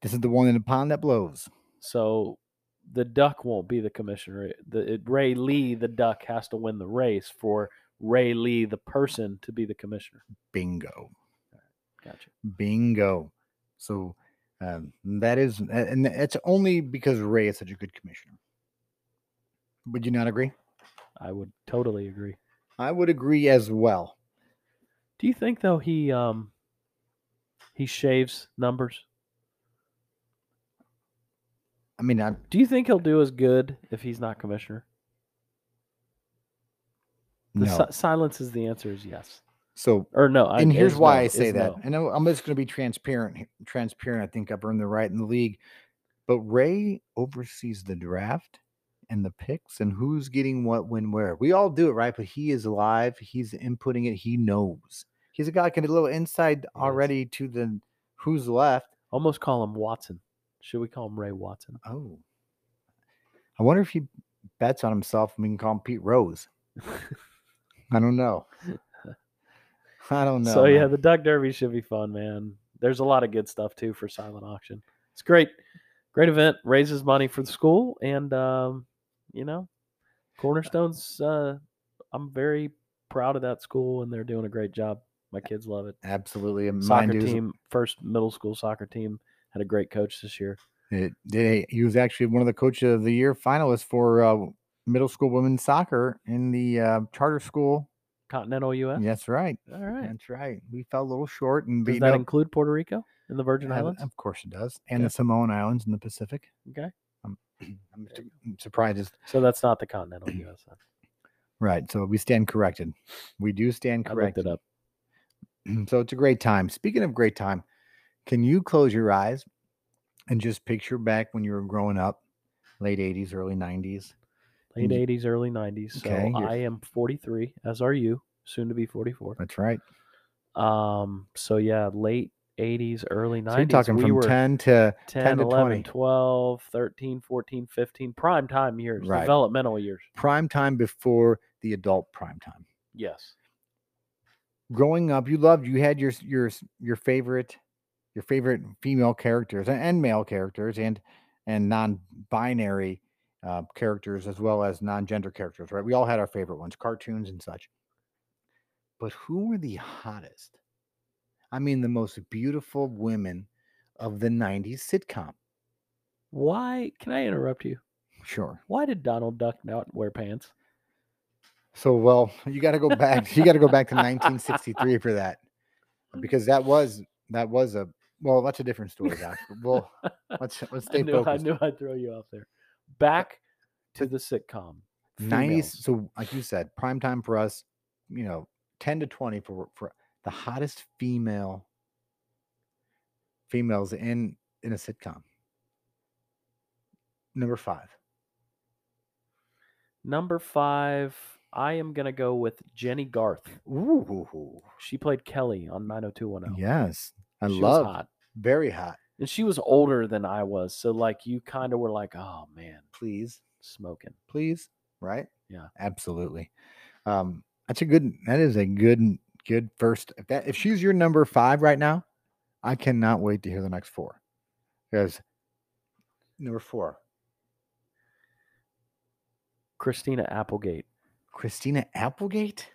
Speaker 2: This is the one in the pond that blows.
Speaker 3: So the duck won't be the commissioner. It- The it, Ray Lee, the duck, has to win the race for Ray Lee, the person, to be the commissioner.
Speaker 2: Bingo.
Speaker 3: Gotcha.
Speaker 2: Bingo. So um, that is, a- and it's only because Ray is such a good commissioner. Would you not agree?
Speaker 3: I would totally agree.
Speaker 2: I would agree as well.
Speaker 3: Do you think though he um he shaves numbers?
Speaker 2: I mean, I,
Speaker 3: Do you think he'll do as good if he's not commissioner? The
Speaker 2: no.
Speaker 3: si- silence is the answer is yes
Speaker 2: so,
Speaker 3: or no. I,
Speaker 2: and here's
Speaker 3: is
Speaker 2: why
Speaker 3: no,
Speaker 2: I say
Speaker 3: is
Speaker 2: that.
Speaker 3: no.
Speaker 2: And I- I'm just going to be transparent. he- Transparent. I think I've earned the right in the league. But Ray oversees the draft and the picks and who's getting what, when, where. We all do it, right? But he is live. He's inputting it. He knows. He's a guy that can get a little inside
Speaker 3: is.
Speaker 2: already to the who's left.
Speaker 3: Almost call him Watson. Should we call him Ray Watson?
Speaker 2: Oh. I wonder if he bets on himself and we can call him Pete Rose. I don't know. I don't know.
Speaker 3: so yeah,
Speaker 2: man.
Speaker 3: the Duck Derby should be fun, man. There's a lot of good stuff too for silent auction. It's great, great event. Raises money for the school, and um, you know, Cornerstone's. Uh, I'm very proud of that school, and they're doing a great job. My kids love it.
Speaker 2: absolutely. and
Speaker 3: Soccer
Speaker 2: mind you,
Speaker 3: team, first middle school soccer team, had a great coach this year.
Speaker 2: It, they, he was actually one of the coach of the year finalists for uh, middle school women's soccer in the uh, charter school.
Speaker 3: Continental U.S.
Speaker 2: That's right.
Speaker 3: All right.
Speaker 2: That's right. We fell a little short, and
Speaker 3: Does
Speaker 2: beat
Speaker 3: that
Speaker 2: up-
Speaker 3: include Puerto Rico and the Virgin
Speaker 2: uh,
Speaker 3: Islands?
Speaker 2: Of course, it does, and
Speaker 3: Yeah.
Speaker 2: the Samoan Islands in the Pacific.
Speaker 3: Okay.
Speaker 2: I'm, su- I'm surprised. It's,
Speaker 3: So that's not the Continental U.S. then.
Speaker 2: right. So we stand corrected. We do stand
Speaker 3: I looked
Speaker 2: corrected.
Speaker 3: it up.
Speaker 2: So it's a great time. Speaking of great time, can you close your eyes and just picture back when you were growing up, late 80s, early 90s?
Speaker 3: late
Speaker 2: And you-
Speaker 3: 80s early 90s so
Speaker 2: Mm. Okay, you're-
Speaker 3: i am 43 as are you soon to be 44
Speaker 2: That's right.
Speaker 3: um so yeah late 80s early 90s
Speaker 2: So you're talking
Speaker 3: we
Speaker 2: from
Speaker 3: were
Speaker 2: 10 to
Speaker 3: 10,
Speaker 2: 10 to
Speaker 3: 11
Speaker 2: 20.
Speaker 3: 12 13 14 15 prime time years
Speaker 2: Right.
Speaker 3: developmental years
Speaker 2: prime time before the adult prime time.
Speaker 3: yes
Speaker 2: Growing up, you loved, you had your s- your s- your favorite your favorite female characters a- and male characters and and non-binary uh, characters as well as non-gender characters, right? We all had our favorite ones, cartoons and such. But who were the hottest? I mean, the most beautiful women of the '90s sitcom.
Speaker 3: why can i interrupt you
Speaker 2: Sure.
Speaker 3: why did donald duck not wear pants
Speaker 2: So well, you got to go back. You got to go back to 1963 for that, because that was that was a well. That's a different story, Doc. but Well, let's let's
Speaker 3: I,
Speaker 2: stay
Speaker 3: knew, I
Speaker 2: focused.
Speaker 3: knew i'd throw you off there back to the sitcom
Speaker 2: 90s.
Speaker 3: females.
Speaker 2: So like you said, prime time for us. You know, 10 to 20 for for the hottest female females in in a sitcom. Number five.
Speaker 3: number five i am gonna go with jenny garth
Speaker 2: Ooh.
Speaker 3: She played Kelly on 90210.
Speaker 2: Yes, I
Speaker 3: she
Speaker 2: love
Speaker 3: was hot.
Speaker 2: very hot.
Speaker 3: And she was older than I was, so like you kind of were like, "Oh man,
Speaker 2: Please.
Speaker 3: smoking."
Speaker 2: please right
Speaker 3: Yeah.
Speaker 2: absolutely um that's a good that is a good good first if that if she's your number five right now i cannot wait to hear the next four because number four
Speaker 3: Christina Applegate.
Speaker 2: christina applegate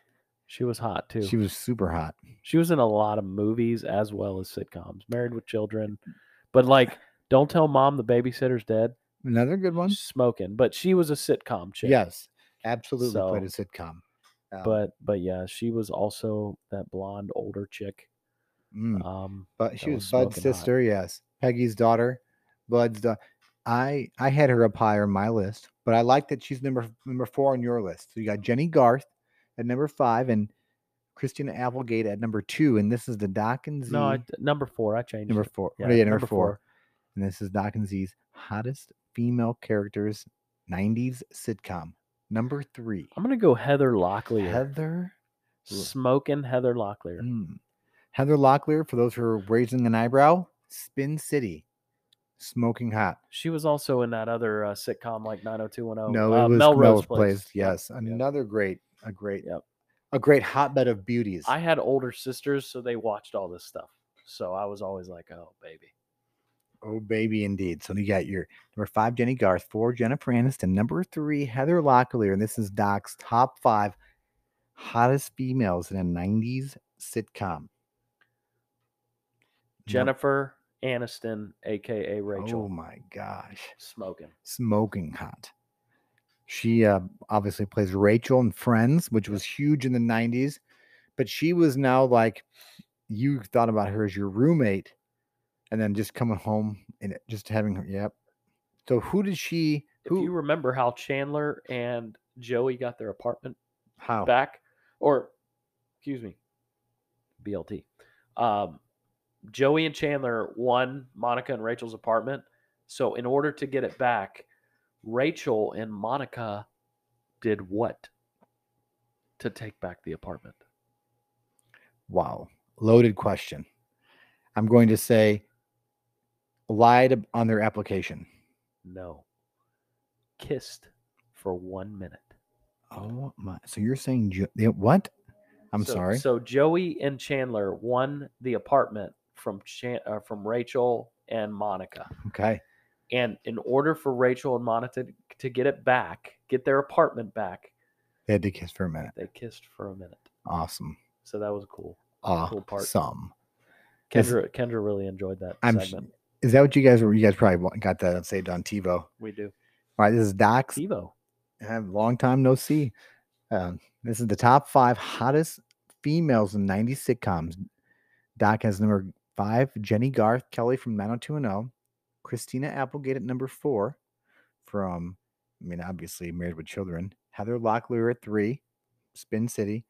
Speaker 3: She was hot too.
Speaker 2: she was super hot
Speaker 3: she was in a lot of movies as well as sitcoms. Married with Children,
Speaker 2: Mm.
Speaker 3: but like Don't Tell Mom the Babysitter's Dead.
Speaker 2: another good one
Speaker 3: Smoking, but she was a sitcom chick.
Speaker 2: yes absolutely played a
Speaker 3: So,
Speaker 2: sitcom Um,
Speaker 3: But but yeah, she was also that blonde older chick.
Speaker 2: mm.
Speaker 3: Um,
Speaker 2: But
Speaker 3: that
Speaker 2: she was,
Speaker 3: was
Speaker 2: Bud's
Speaker 3: smoking hot.
Speaker 2: sister, yes. Peggy's daughter, Bud's daughter. I I had her up higher on my list, but I like that she's number number four on your list. So you got Jenny Garth at number five and Christina Applegate at number two, and this is the Doc and Z
Speaker 3: no, I, number four. I changed.
Speaker 2: number
Speaker 3: it.
Speaker 2: four. oh,
Speaker 3: yeah,
Speaker 2: Yeah, number, four.
Speaker 3: number four.
Speaker 2: And this is Doc and Z's hottest female characters '90s sitcom. Number three,
Speaker 3: I'm gonna go Heather Locklear.
Speaker 2: Heather. Lo-
Speaker 3: Smoking Heather Locklear.
Speaker 2: Hmm. Mm. Heather Locklear, for those who are raising an eyebrow, Spin City. smoking hot.
Speaker 3: She was also in that other uh, sitcom, like 90210.
Speaker 2: no,
Speaker 3: uh,
Speaker 2: it was
Speaker 3: Melrose
Speaker 2: Melrose
Speaker 3: Place.
Speaker 2: Place. Yes, another great, a great,
Speaker 3: Yep.
Speaker 2: a great hotbed of beauties.
Speaker 3: I had older sisters, so they watched all this stuff. So I was always like, oh, baby.
Speaker 2: Oh, baby, indeed. So you got your number five, Jenny Garth, four, Jennifer Aniston, number three, Heather Locklear. And this is Doc's top five hottest females in a 90s sitcom. Nope.
Speaker 3: Jennifer Aniston, aka
Speaker 2: Oh,
Speaker 3: Rachel,
Speaker 2: my gosh.
Speaker 3: smoking.
Speaker 2: Smoking hot. She uh, obviously plays Rachel in Friends, which was huge in the 90s. But she was now like, you thought about her as your roommate and then just coming home and it- just having her. Yep. So who did she?
Speaker 3: If
Speaker 2: Who,
Speaker 3: you remember how Chandler and Joey got their apartment
Speaker 2: How?
Speaker 3: back, or excuse me, BLT. Um, Joey and Chandler won Monica and Rachel's apartment. So, in order to get it back, Rachel and Monica did what to take back the apartment?
Speaker 2: Wow. Loaded question. I'm going to say lied ab- on their application.
Speaker 3: No, kissed for one minute.
Speaker 2: Oh my. So you're saying ju- they- what? I'm
Speaker 3: So-
Speaker 2: sorry.
Speaker 3: So Joey and Chandler won the apartment from Chan- uh, from Rachel and Monica.
Speaker 2: okay.
Speaker 3: And in order for Rachel and Monica to, to get it back, get their apartment back,
Speaker 2: They had to kiss for a minute.
Speaker 3: they kissed for a minute.
Speaker 2: Awesome.
Speaker 3: So that was cool. Cool part.
Speaker 2: Awesome. This-
Speaker 3: Kendra Kendra really enjoyed that
Speaker 2: I'm sh-
Speaker 3: segment.
Speaker 2: Is that what you guys were? You guys probably wa- got that saved on TiVo. All
Speaker 3: we do.
Speaker 2: right. This is Doc's.
Speaker 3: Evo.
Speaker 2: uh, Long time no see. Um, this is the top five hottest females in 90 sitcoms. Doc has number five, Jenny Garth Kelly from 90210, Christina Applegate at number four from, I mean, obviously Married with Children, Heather Locklear at three, Spin City,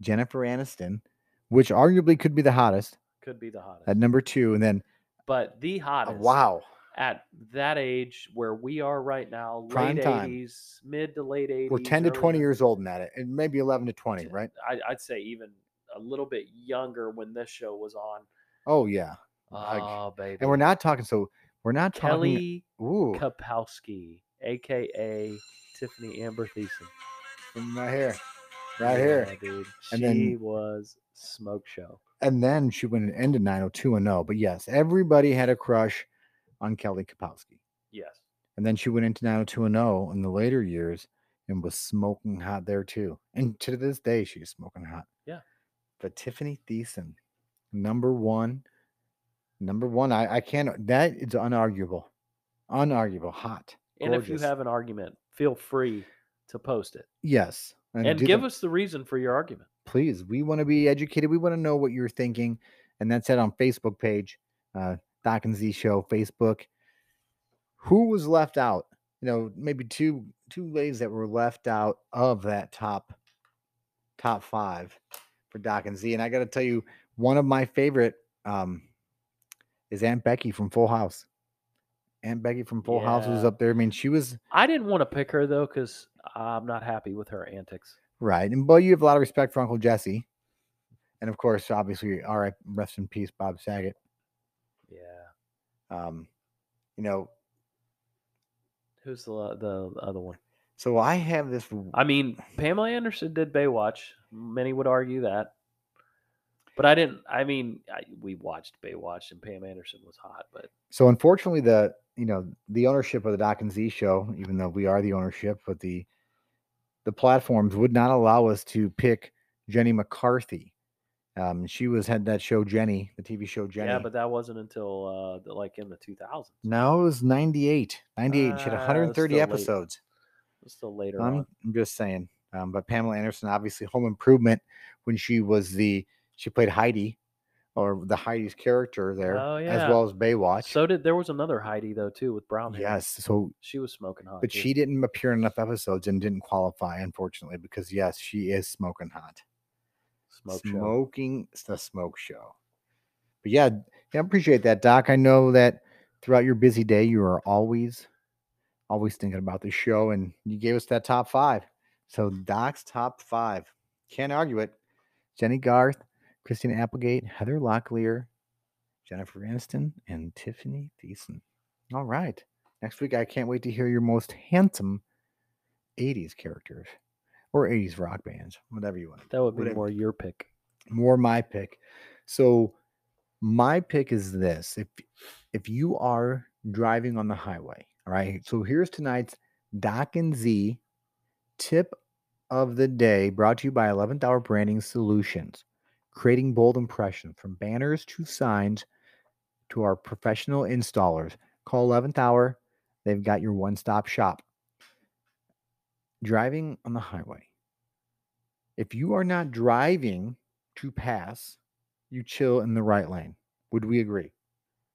Speaker 2: Jennifer Aniston, which arguably could be the hottest
Speaker 3: Could be the hottest.
Speaker 2: at number two, and then
Speaker 3: but the
Speaker 2: uh,
Speaker 3: hottest
Speaker 2: wow,
Speaker 3: at that age where we are right now,
Speaker 2: Prime
Speaker 3: late
Speaker 2: time.
Speaker 3: 80s, mid to late 80s.
Speaker 2: we're 10 to
Speaker 3: early
Speaker 2: 20
Speaker 3: ni-
Speaker 2: years old in that, and maybe 11 to 20, right?
Speaker 3: I, I'd say even a little bit younger when this show was on.
Speaker 2: Oh yeah, Ugh.
Speaker 3: Oh, baby.
Speaker 2: and we're not talking. So we're not talking.
Speaker 3: Kelly
Speaker 2: Ooh,
Speaker 3: Kapowski, aka Tiffany Amber Thiessen.
Speaker 2: right here, right
Speaker 3: Yeah,
Speaker 2: here.
Speaker 3: dude.
Speaker 2: And
Speaker 3: she
Speaker 2: then-
Speaker 3: was smoke show.
Speaker 2: And then she went and ended 902 and 0. But yes, everybody had a crush on Kelly Kapowski.
Speaker 3: Yes.
Speaker 2: And then she went into 902 and 0 in the later years and was smoking hot there too. And to this day, she's smoking hot.
Speaker 3: Yeah.
Speaker 2: But Tiffany Thiessen, number one, number one. I, I can't, that is unarguable. Unarguable. Hot.
Speaker 3: And if
Speaker 2: Gorgeous.
Speaker 3: you have an argument, feel free to post it
Speaker 2: Yes.
Speaker 3: and,
Speaker 2: do
Speaker 3: give
Speaker 2: the-
Speaker 3: us the reason for your argument.
Speaker 2: please we want to be educated we want to know what you're thinking and that's it on facebook page uh doc and z show facebook who was left out you know maybe two two ladies that were left out of that top top five for doc and z and i gotta tell you one of my favorite um is aunt becky from full house aunt becky from full house was
Speaker 3: Yeah.
Speaker 2: up there i mean she was
Speaker 3: I didn't want to pick her though because I'm not happy with her antics.
Speaker 2: Right. And but you have a lot of respect for Uncle Jesse. And of course, obviously, all right, rest in peace, Bob Saget.
Speaker 3: Yeah.
Speaker 2: Um, you know,
Speaker 3: Who's the uh, the other one?
Speaker 2: so I have this r-
Speaker 3: I mean, Pamela Anderson did Baywatch. Many would argue that, but I didn't. I mean, I, we watched Baywatch, and Pam Anderson was hot, but
Speaker 2: so unfortunately the you know, the ownership of the Doc and Z show, even though we are the ownership, but the the platforms would not allow us to pick Jenny McCarthy. Um, she was had that show Jenny, the TV show Jenny.
Speaker 3: yeah, but that wasn't until uh, the- like in the 2000s. It
Speaker 2: no, it was 98. 98. she had
Speaker 3: Ah, that's
Speaker 2: 130
Speaker 3: still late.
Speaker 2: episodes.
Speaker 3: was still later
Speaker 2: I'm,
Speaker 3: on.
Speaker 2: I'm just saying. Um, but Pamela Anderson, obviously, Home Improvement, when she was the she played Heidi, or the Heidi's character there,
Speaker 3: Oh,
Speaker 2: as
Speaker 3: yeah.
Speaker 2: well as Baywatch.
Speaker 3: So did there was another Heidi though too with brown hair.
Speaker 2: yes, so
Speaker 3: she was smoking hot.
Speaker 2: but
Speaker 3: too.
Speaker 2: she didn't appear in enough episodes and didn't qualify, unfortunately, because yes, she is smoking hot,
Speaker 3: smoke show.
Speaker 2: smoking it's the smoke show. But yeah, I appreciate that, Doc. I know that throughout your busy day, you are always, always thinking about the show, and you gave us that top five. So Doc's top five, can't argue it. Jenny Garth, Christina Applegate, Heather Locklear, Jennifer Aniston, and Tiffany Thiessen. All right. Next week, I can't wait to hear your most handsome 80s characters or 80s rock bands, whatever you want.
Speaker 3: That would be
Speaker 2: Whatever.
Speaker 3: more your pick.
Speaker 2: More my pick. So, my pick is this if if you are driving on the highway, all right. So here's tonight's Doc and Z tip of the day, brought to you by 11th Hour Branding Solutions, creating bold impressions from banners to signs to our professional installers. Call 11th Hour; they've got your one-stop shop. Driving on the highway. If you are not driving to pass, you chill in the right lane. Would we agree?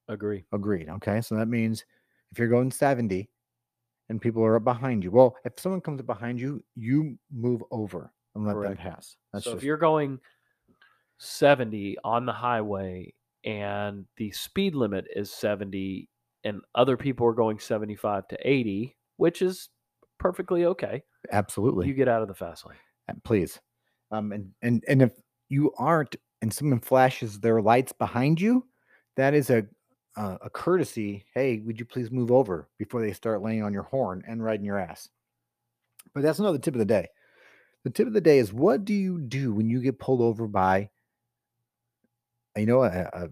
Speaker 3: Agree.
Speaker 2: Agreed. Okay. So that means if you're going 70 and people are up behind you, well, if someone comes up behind you, you move over and let
Speaker 3: Correct.
Speaker 2: them pass. That's
Speaker 3: so if
Speaker 2: just-
Speaker 3: you're going 70 on the highway and the speed limit is 70 and other people are going 75 to 80, which is perfectly okay,
Speaker 2: absolutely.
Speaker 3: you get out of the fast lane.
Speaker 2: Uh, please. Um, and and and if you aren't, and someone flashes their lights behind you, that is a uh, a courtesy. Hey, would you please move over before they start laying on your horn and riding your ass? But that's another tip of the day. The tip of the day is what do you do when you get pulled over by, uh, you know, a, a,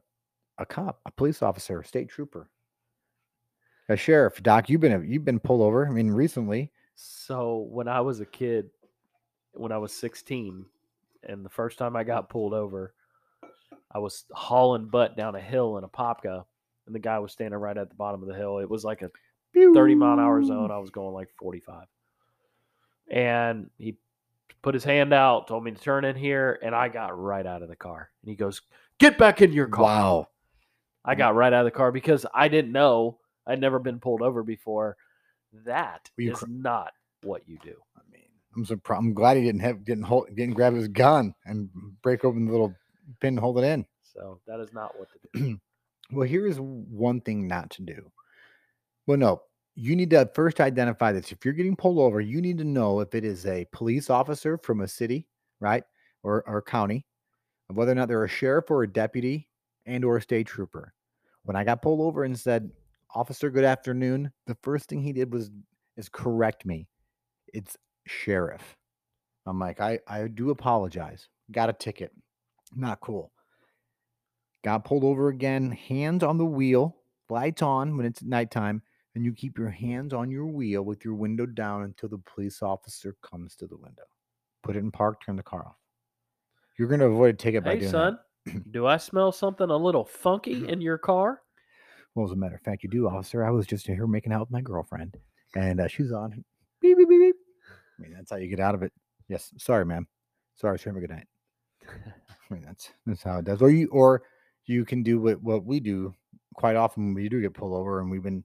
Speaker 2: a cop, a police officer, a state trooper, a sheriff? Doc, you've been you've been pulled over. I mean, recently.
Speaker 3: So when I was a kid, when I was 16, and the first time I got pulled over, I was hauling butt down a hill in a popka, and the guy was standing right at the bottom of the hill. It was like a 30 mile an hour
Speaker 2: Pew!
Speaker 3: zone. I was going like 45. And he put his hand out, told me to turn in here, and I got right out of the car. And he goes, Get back in your car.
Speaker 2: Wow.
Speaker 3: I got right out of the car because I didn't know. I'd never been pulled over before. That
Speaker 2: Were you
Speaker 3: is
Speaker 2: cr-
Speaker 3: not what you do.
Speaker 2: I mean, I'm surprised. I'm glad he didn't have didn't hold didn't grab his gun and break open the little pin and hold it in.
Speaker 3: So that is not what to do.
Speaker 2: Well, here is one thing not to do. Well, no, you need to first identify this. If you're getting pulled over, you need to know if it is a police officer from a city, right, or or county, and whether or not they're a sheriff or a deputy and or a state trooper. When I got pulled over and said, "Officer, good afternoon," the first thing he did was is correct me. It's sheriff. I'm like, I I do apologize. Got a ticket. Not cool got pulled over again, hands on the wheel, lights on when it's nighttime, and you keep your hands on your wheel with your window down until the police officer comes to the window. Put it in park, turn the car off. You're going to avoid a ticket by
Speaker 3: Hey,
Speaker 2: doing
Speaker 3: son,
Speaker 2: that.
Speaker 3: do I smell something a little funky in your car?
Speaker 2: Well, as a matter of fact, you do, officer. I was just here making out with my girlfriend, and uh, she's on. Beep, beep, beep, beep. I mean, that's how you get out of it. Yes. Sorry, ma'am. Sorry, sir. Have a good night. I mean, that's that's how it does. Or you or you can do what what we do quite often when we do get pulled over, and we've been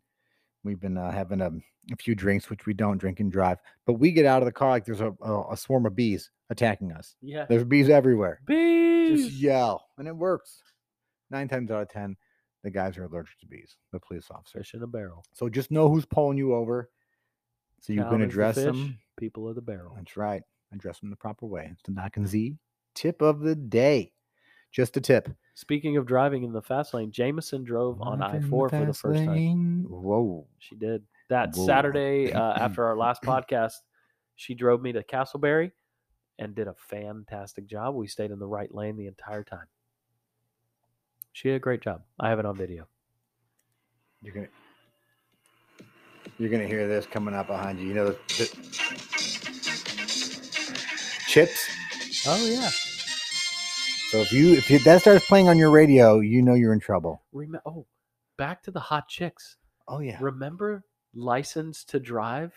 Speaker 2: we've been uh, having a, a few drinks, which we don't drink and drive, but we get out of the car like there's a, a, a swarm of bees attacking us.
Speaker 3: Yeah.
Speaker 2: There's bees everywhere. Just
Speaker 3: Bees.
Speaker 2: yell, and it works. Nine times out of ten, the guys are allergic to bees. The police officers.
Speaker 3: Fish in a barrel.
Speaker 2: So just know who's pulling you over, so you
Speaker 3: Town
Speaker 2: can
Speaker 3: is the
Speaker 2: address
Speaker 3: fish,
Speaker 2: them.
Speaker 3: People of the barrel.
Speaker 2: That's right. Address them the proper way. It's the knock and Z tip of the day. Just a tip.
Speaker 3: Speaking of driving in the fast lane, Jameson drove on I four for the first time.
Speaker 2: time. Whoa.
Speaker 3: She did that
Speaker 2: Whoa.
Speaker 3: Saturday uh, after our last podcast. She drove me to Castleberry and did a fantastic job. We stayed in the right lane the entire time. She did a great job. I have it on video.
Speaker 2: You're gonna You're gonna hear this coming up behind you. You know the, chips.
Speaker 3: Oh yeah.
Speaker 2: So if you if that starts playing on your radio, you know you're in trouble.
Speaker 3: Remember? Oh, back to the hot chicks.
Speaker 2: Oh yeah.
Speaker 3: Remember License to Drive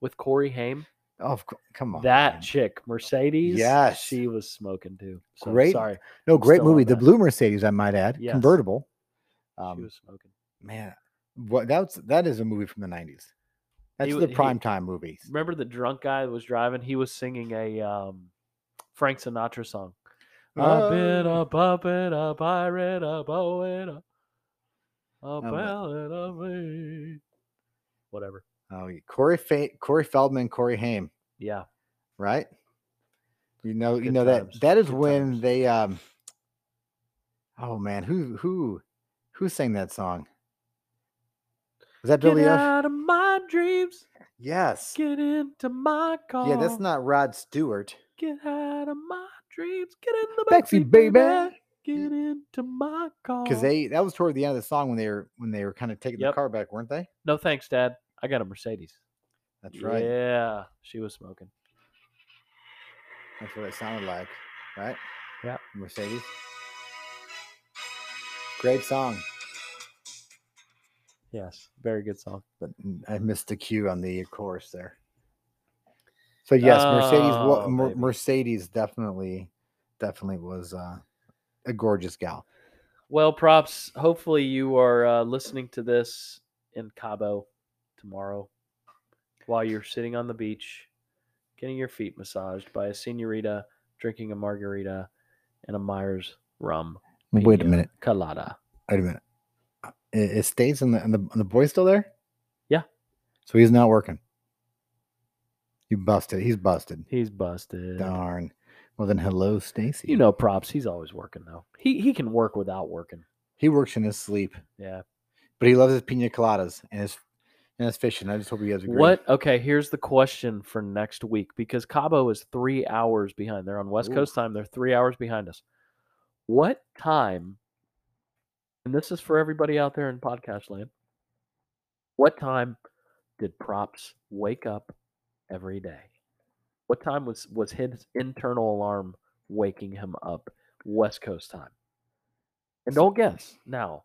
Speaker 3: with Corey Haim?
Speaker 2: Oh of cou- come on.
Speaker 3: that
Speaker 2: man.
Speaker 3: chick, Mercedes.
Speaker 2: Yes.
Speaker 3: she was smoking too. So,
Speaker 2: Great.
Speaker 3: Sorry,
Speaker 2: no great
Speaker 3: still on
Speaker 2: movie. The
Speaker 3: that.
Speaker 2: Blue Mercedes, I might add,
Speaker 3: Yes.
Speaker 2: convertible.
Speaker 3: she
Speaker 2: Um,
Speaker 3: was smoking.
Speaker 2: man, what that's that is a movie from the '90s. That's
Speaker 3: w-
Speaker 2: the
Speaker 3: he-
Speaker 2: prime time movies.
Speaker 3: Remember the drunk guy that was driving? He was singing a um, Frank Sinatra song. I've been
Speaker 2: Oh.
Speaker 3: a puppet, a pirate, a poet, a, a
Speaker 2: Oh, my-
Speaker 3: ballad of me. Whatever.
Speaker 2: Oh, y- Corey Fa- Corey Feldman, Corey Haim,
Speaker 3: Yeah.
Speaker 2: right? You know, you
Speaker 3: Good
Speaker 2: know
Speaker 3: times,
Speaker 2: that that is
Speaker 3: good
Speaker 2: when
Speaker 3: times.
Speaker 2: they um. Oh man, who who who sang that song? Is that Billy?
Speaker 3: Get
Speaker 2: Ocean?
Speaker 3: out of my dreams.
Speaker 2: Yes.
Speaker 3: Get into my car.
Speaker 2: Yeah, that's not Rod Stewart.
Speaker 3: Get out of my dreams. Get in the
Speaker 2: Backseat,
Speaker 3: backseat,
Speaker 2: baby.
Speaker 3: Get into my car.
Speaker 2: Because they that was toward the end of the song when they were when they were kind of taking
Speaker 3: Oh. Yep.
Speaker 2: the car back, weren't they?
Speaker 3: No thanks, Dad. I got a Mercedes.
Speaker 2: That's right.
Speaker 3: Yeah, she was smoking.
Speaker 2: That's what it sounded like, right?
Speaker 3: Yeah.
Speaker 2: Mercedes. Great song,
Speaker 3: Yes, very good song.
Speaker 2: but n- I missed the cue on the chorus there. So yes, Mercedes. wa-
Speaker 3: Oh,
Speaker 2: Mer-
Speaker 3: baby.
Speaker 2: Mercedes definitely, definitely was uh, a gorgeous gal.
Speaker 3: Well, props. Hopefully, you are uh, listening to this in Cabo tomorrow while you're sitting on the beach, getting your feet massaged by a senorita, drinking a margarita and a Myers rum.
Speaker 2: Wait a
Speaker 3: pina
Speaker 2: minute.
Speaker 3: Colada.
Speaker 2: Wait a minute. Uh, It, it stays in the and the and the boy's still there.
Speaker 3: Yeah.
Speaker 2: So he's not working. You busted. He's busted.
Speaker 3: He's busted.
Speaker 2: Darn. Well then, hello, Stacy.
Speaker 3: You know, props. He's always working though. He he can work without working.
Speaker 2: he works in his sleep,
Speaker 3: Yeah.
Speaker 2: but he loves his pina coladas and his and his fishing. I just hope you guys agree.
Speaker 3: What? Okay. Here's the question for next week because Cabo is three hours behind. They're on West
Speaker 2: Ooh.
Speaker 3: Coast time. They're three hours behind us. What time? And this is for everybody out there in podcast land. What time did props wake up every day? What time was was his internal alarm waking him up West Coast time? And don't guess now.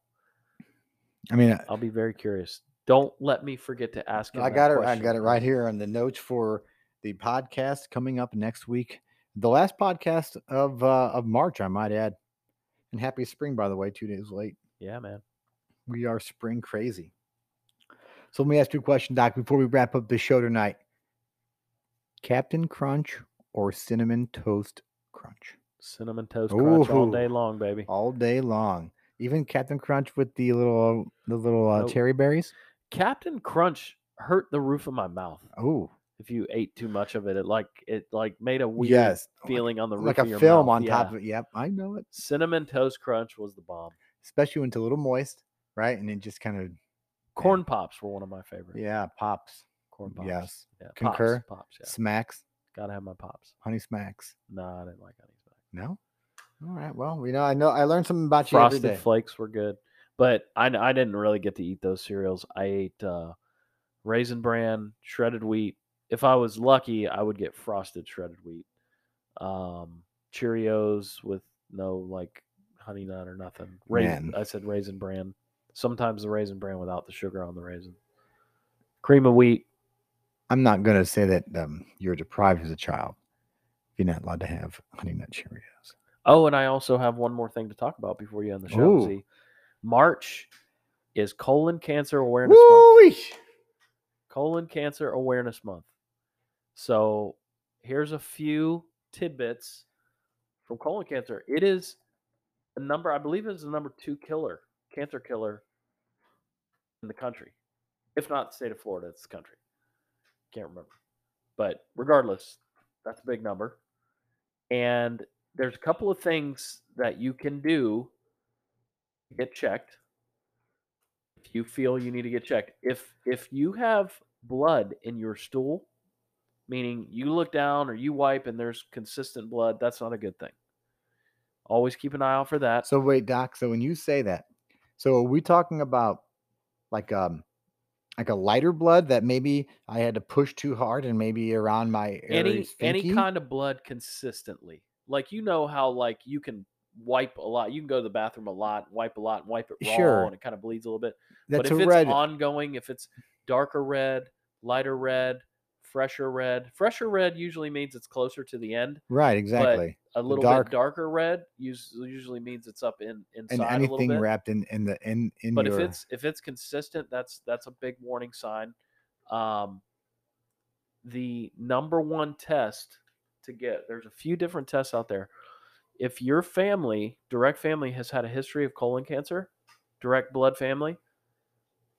Speaker 2: I mean, uh,
Speaker 3: I'll be very curious. Don't let me forget to ask him.
Speaker 2: I
Speaker 3: that
Speaker 2: got it. I
Speaker 3: question.
Speaker 2: got it right here on the notes for the podcast coming up next week. The last podcast of uh, of March, I might add. And happy spring, by the way. Two days late.
Speaker 3: Yeah, man.
Speaker 2: We are spring crazy. So let me ask you a question, Doc, before we wrap up the show tonight. Captain Crunch or Cinnamon Toast Crunch?
Speaker 3: Cinnamon toast crunch all day
Speaker 2: Ooh.
Speaker 3: long, baby.
Speaker 2: All day long. Even Captain Crunch with the little the little uh,
Speaker 3: Nope.
Speaker 2: cherry berries.
Speaker 3: Captain Crunch hurt the roof of my mouth.
Speaker 2: Oh,
Speaker 3: If you ate too much of it, it like it like made a weird
Speaker 2: yes,
Speaker 3: feeling on the roof
Speaker 2: like
Speaker 3: of
Speaker 2: a
Speaker 3: your
Speaker 2: film
Speaker 3: mouth.
Speaker 2: on
Speaker 3: Yeah.
Speaker 2: top of it. Yep, I know it.
Speaker 3: Cinnamon toast crunch was the bomb.
Speaker 2: Especially when it's a little moist, right? And it just kind of
Speaker 3: Corn pops were one of my favorites.
Speaker 2: yeah pops,
Speaker 3: corn pops.
Speaker 2: Yes.
Speaker 3: yeah, pops,
Speaker 2: Concur.
Speaker 3: Pops, yeah.
Speaker 2: smacks,
Speaker 3: Gotta have my pops.
Speaker 2: honey smacks.
Speaker 3: Nah, I didn't like any of
Speaker 2: No, all right. Well, you know, I know I learned something about
Speaker 3: that.
Speaker 2: you every
Speaker 3: Frosted
Speaker 2: day.
Speaker 3: flakes were good, but I I didn't really get to eat those cereals. I ate uh, raisin bran, shredded wheat. If I was lucky, I would get frosted shredded wheat. Um, Cheerios with no like honey nut or nothing. Raisin,
Speaker 2: Man.
Speaker 3: I said raisin bran. Sometimes the raisin bran without the sugar on the raisin. Cream of wheat.
Speaker 2: I'm not going to say that um, you're deprived as a child. You're not allowed to have Honey Nut Cheerios.
Speaker 3: Oh, and I also have one more thing to talk about before you end the show.
Speaker 2: Ooh.
Speaker 3: Z. March is colon cancer awareness month.
Speaker 2: Woo!
Speaker 3: colon cancer awareness month. So here's a few tidbits from colon cancer. It is a number, I believe it is the number two killer, cancer killer in the country. If not the state of Florida, it's the country. Can't remember. But regardless, that's a big number. And there's a couple of things that you can do to get checked if you feel you need to get checked if if you have blood in your stool meaning you look down or you wipe and there's consistent blood that's not a good thing always keep an eye out for that
Speaker 2: So wait, Doc. So when you say that, so are we talking about like um like a lighter blood that maybe I had to push too hard and maybe around my
Speaker 3: any
Speaker 2: areas
Speaker 3: any kind of blood consistently like you know how like you can wipe a lot you can go to the bathroom a lot wipe a lot wipe it raw
Speaker 2: Sure.
Speaker 3: and it kind of bleeds a little bit
Speaker 2: that's
Speaker 3: but if
Speaker 2: a
Speaker 3: it's
Speaker 2: red.
Speaker 3: ongoing, if it's darker red, lighter red, fresher red, fresher red usually means it's closer to the end.
Speaker 2: right, exactly.
Speaker 3: A little
Speaker 2: dark-
Speaker 3: bit darker red us- usually means it's up in inside
Speaker 2: And
Speaker 3: a little
Speaker 2: anything
Speaker 3: bit.
Speaker 2: wrapped in in the in in
Speaker 3: but
Speaker 2: your
Speaker 3: if it's if it's consistent, that's that's a big warning sign. Um, the number one test to get there's a few different tests out there. If your family, direct family, has had a history of colon cancer, direct blood family,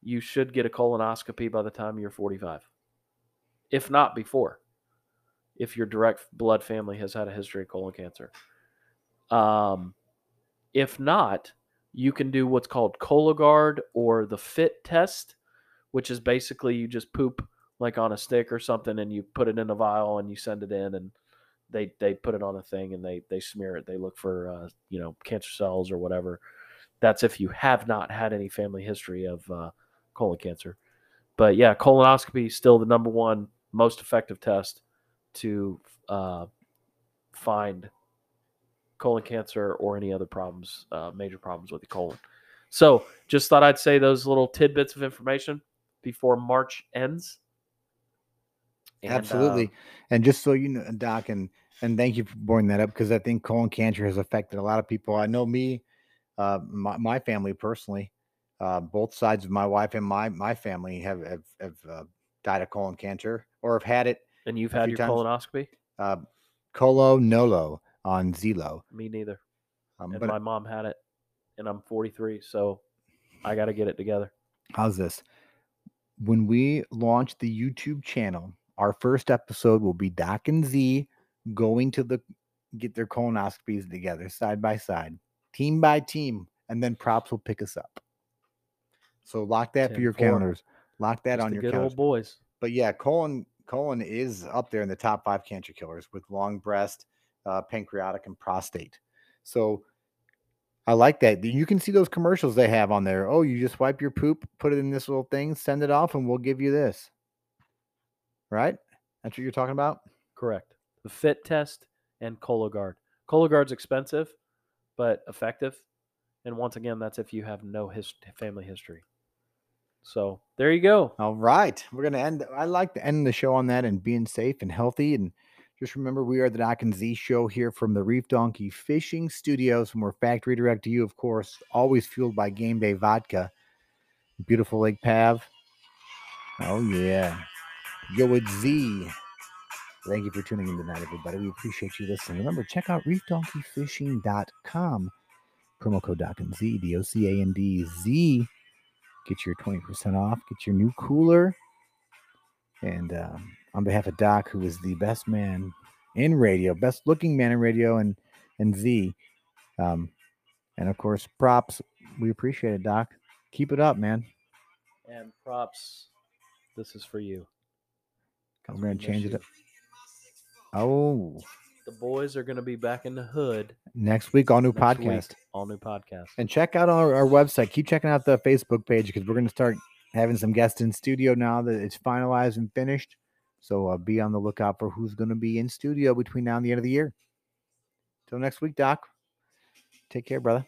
Speaker 3: you should get a colonoscopy by the time you're 45, if not before, if your direct blood family has had a history of colon cancer. Um, if not, you can do what's called Cologuard or the FIT test, which is basically you just poop like on a stick or something and you put it in a vial and you send it in and they they put it on a thing and they they smear it. They look for uh, you know cancer cells or whatever. That's if you have not had any family history of uh, colon cancer. But yeah, colonoscopy is still the number one most effective test to uh, find colon cancer or any other problems, uh, major problems with the colon. So just thought I'd say those little tidbits of information before March ends. And, uh,
Speaker 2: Absolutely. and just so you know, Doc, and and thank you for bringing that up because I think colon cancer has affected a lot of people. I know me, uh, my, my family personally, uh, both sides of my wife and my my family have have, have uh, died of colon cancer or have had it.
Speaker 3: and you've
Speaker 2: a
Speaker 3: had
Speaker 2: few
Speaker 3: your
Speaker 2: times.
Speaker 3: colonoscopy?
Speaker 2: Uh, Colo Nolo on Zelo.
Speaker 3: Me neither.
Speaker 2: Um,
Speaker 3: And
Speaker 2: but
Speaker 3: my mom had it, and I'm 43, so I got to get it together.
Speaker 2: how's this? When we launch the YouTube channel, our first episode will be Doc and Z going to the get their colonoscopies together side by side, team by team, and then props will pick us up. So lock that for your
Speaker 3: 10-4.
Speaker 2: calendars. Lock that
Speaker 3: Just
Speaker 2: on
Speaker 3: the
Speaker 2: your
Speaker 3: good
Speaker 2: calendars.
Speaker 3: old boys.
Speaker 2: but yeah, colon colon is up there in the top five cancer killers with long breast, uh, pancreatic, and prostate. So I like that. You can see those commercials they have on there. Oh, you just wipe your poop, put it in this little thing, send it off, and we'll give you this. Right? That's what you're talking about.
Speaker 3: Correct. The fit test and Cologuard. Cologuard's expensive, but effective. And once again, that's if you have no his- family history. So there you go.
Speaker 2: All right, we're gonna end. I like to end the show on that and being safe and healthy. And just remember, we are the Doc and Z show here from the Reef Donkey Fishing Studios, and we're factory direct to you, of course, always fueled by Game Day Vodka, beautiful Lake Pav. Oh yeah, yo with Z. Thank you for tuning in tonight, everybody. We appreciate you listening. Remember, check out reefdonkeyfishing.com. Promo code Doc and Z, D O C A N D E Z get your 20% off, get your new cooler. And um, on behalf of Doc, who is the best man in radio, best looking man in radio, and and Z, um, and of course, props. We appreciate it, Doc. Keep it up, man.
Speaker 3: And props. This is for you. 'Cause
Speaker 2: I'm gonna
Speaker 3: we miss
Speaker 2: change it
Speaker 3: you.
Speaker 2: up. Oh,
Speaker 3: The boys are going to be back in the hood.
Speaker 2: next week, all new
Speaker 3: next week.
Speaker 2: podcast.
Speaker 3: All new podcast.
Speaker 2: And check out our, our website. Keep checking out the Facebook page because we're going to start having some guests in studio now that it's finalized and finished. So uh, be on the lookout for who's going to be in studio between now and the end of the year. Till next week, Doc. Take care, brother.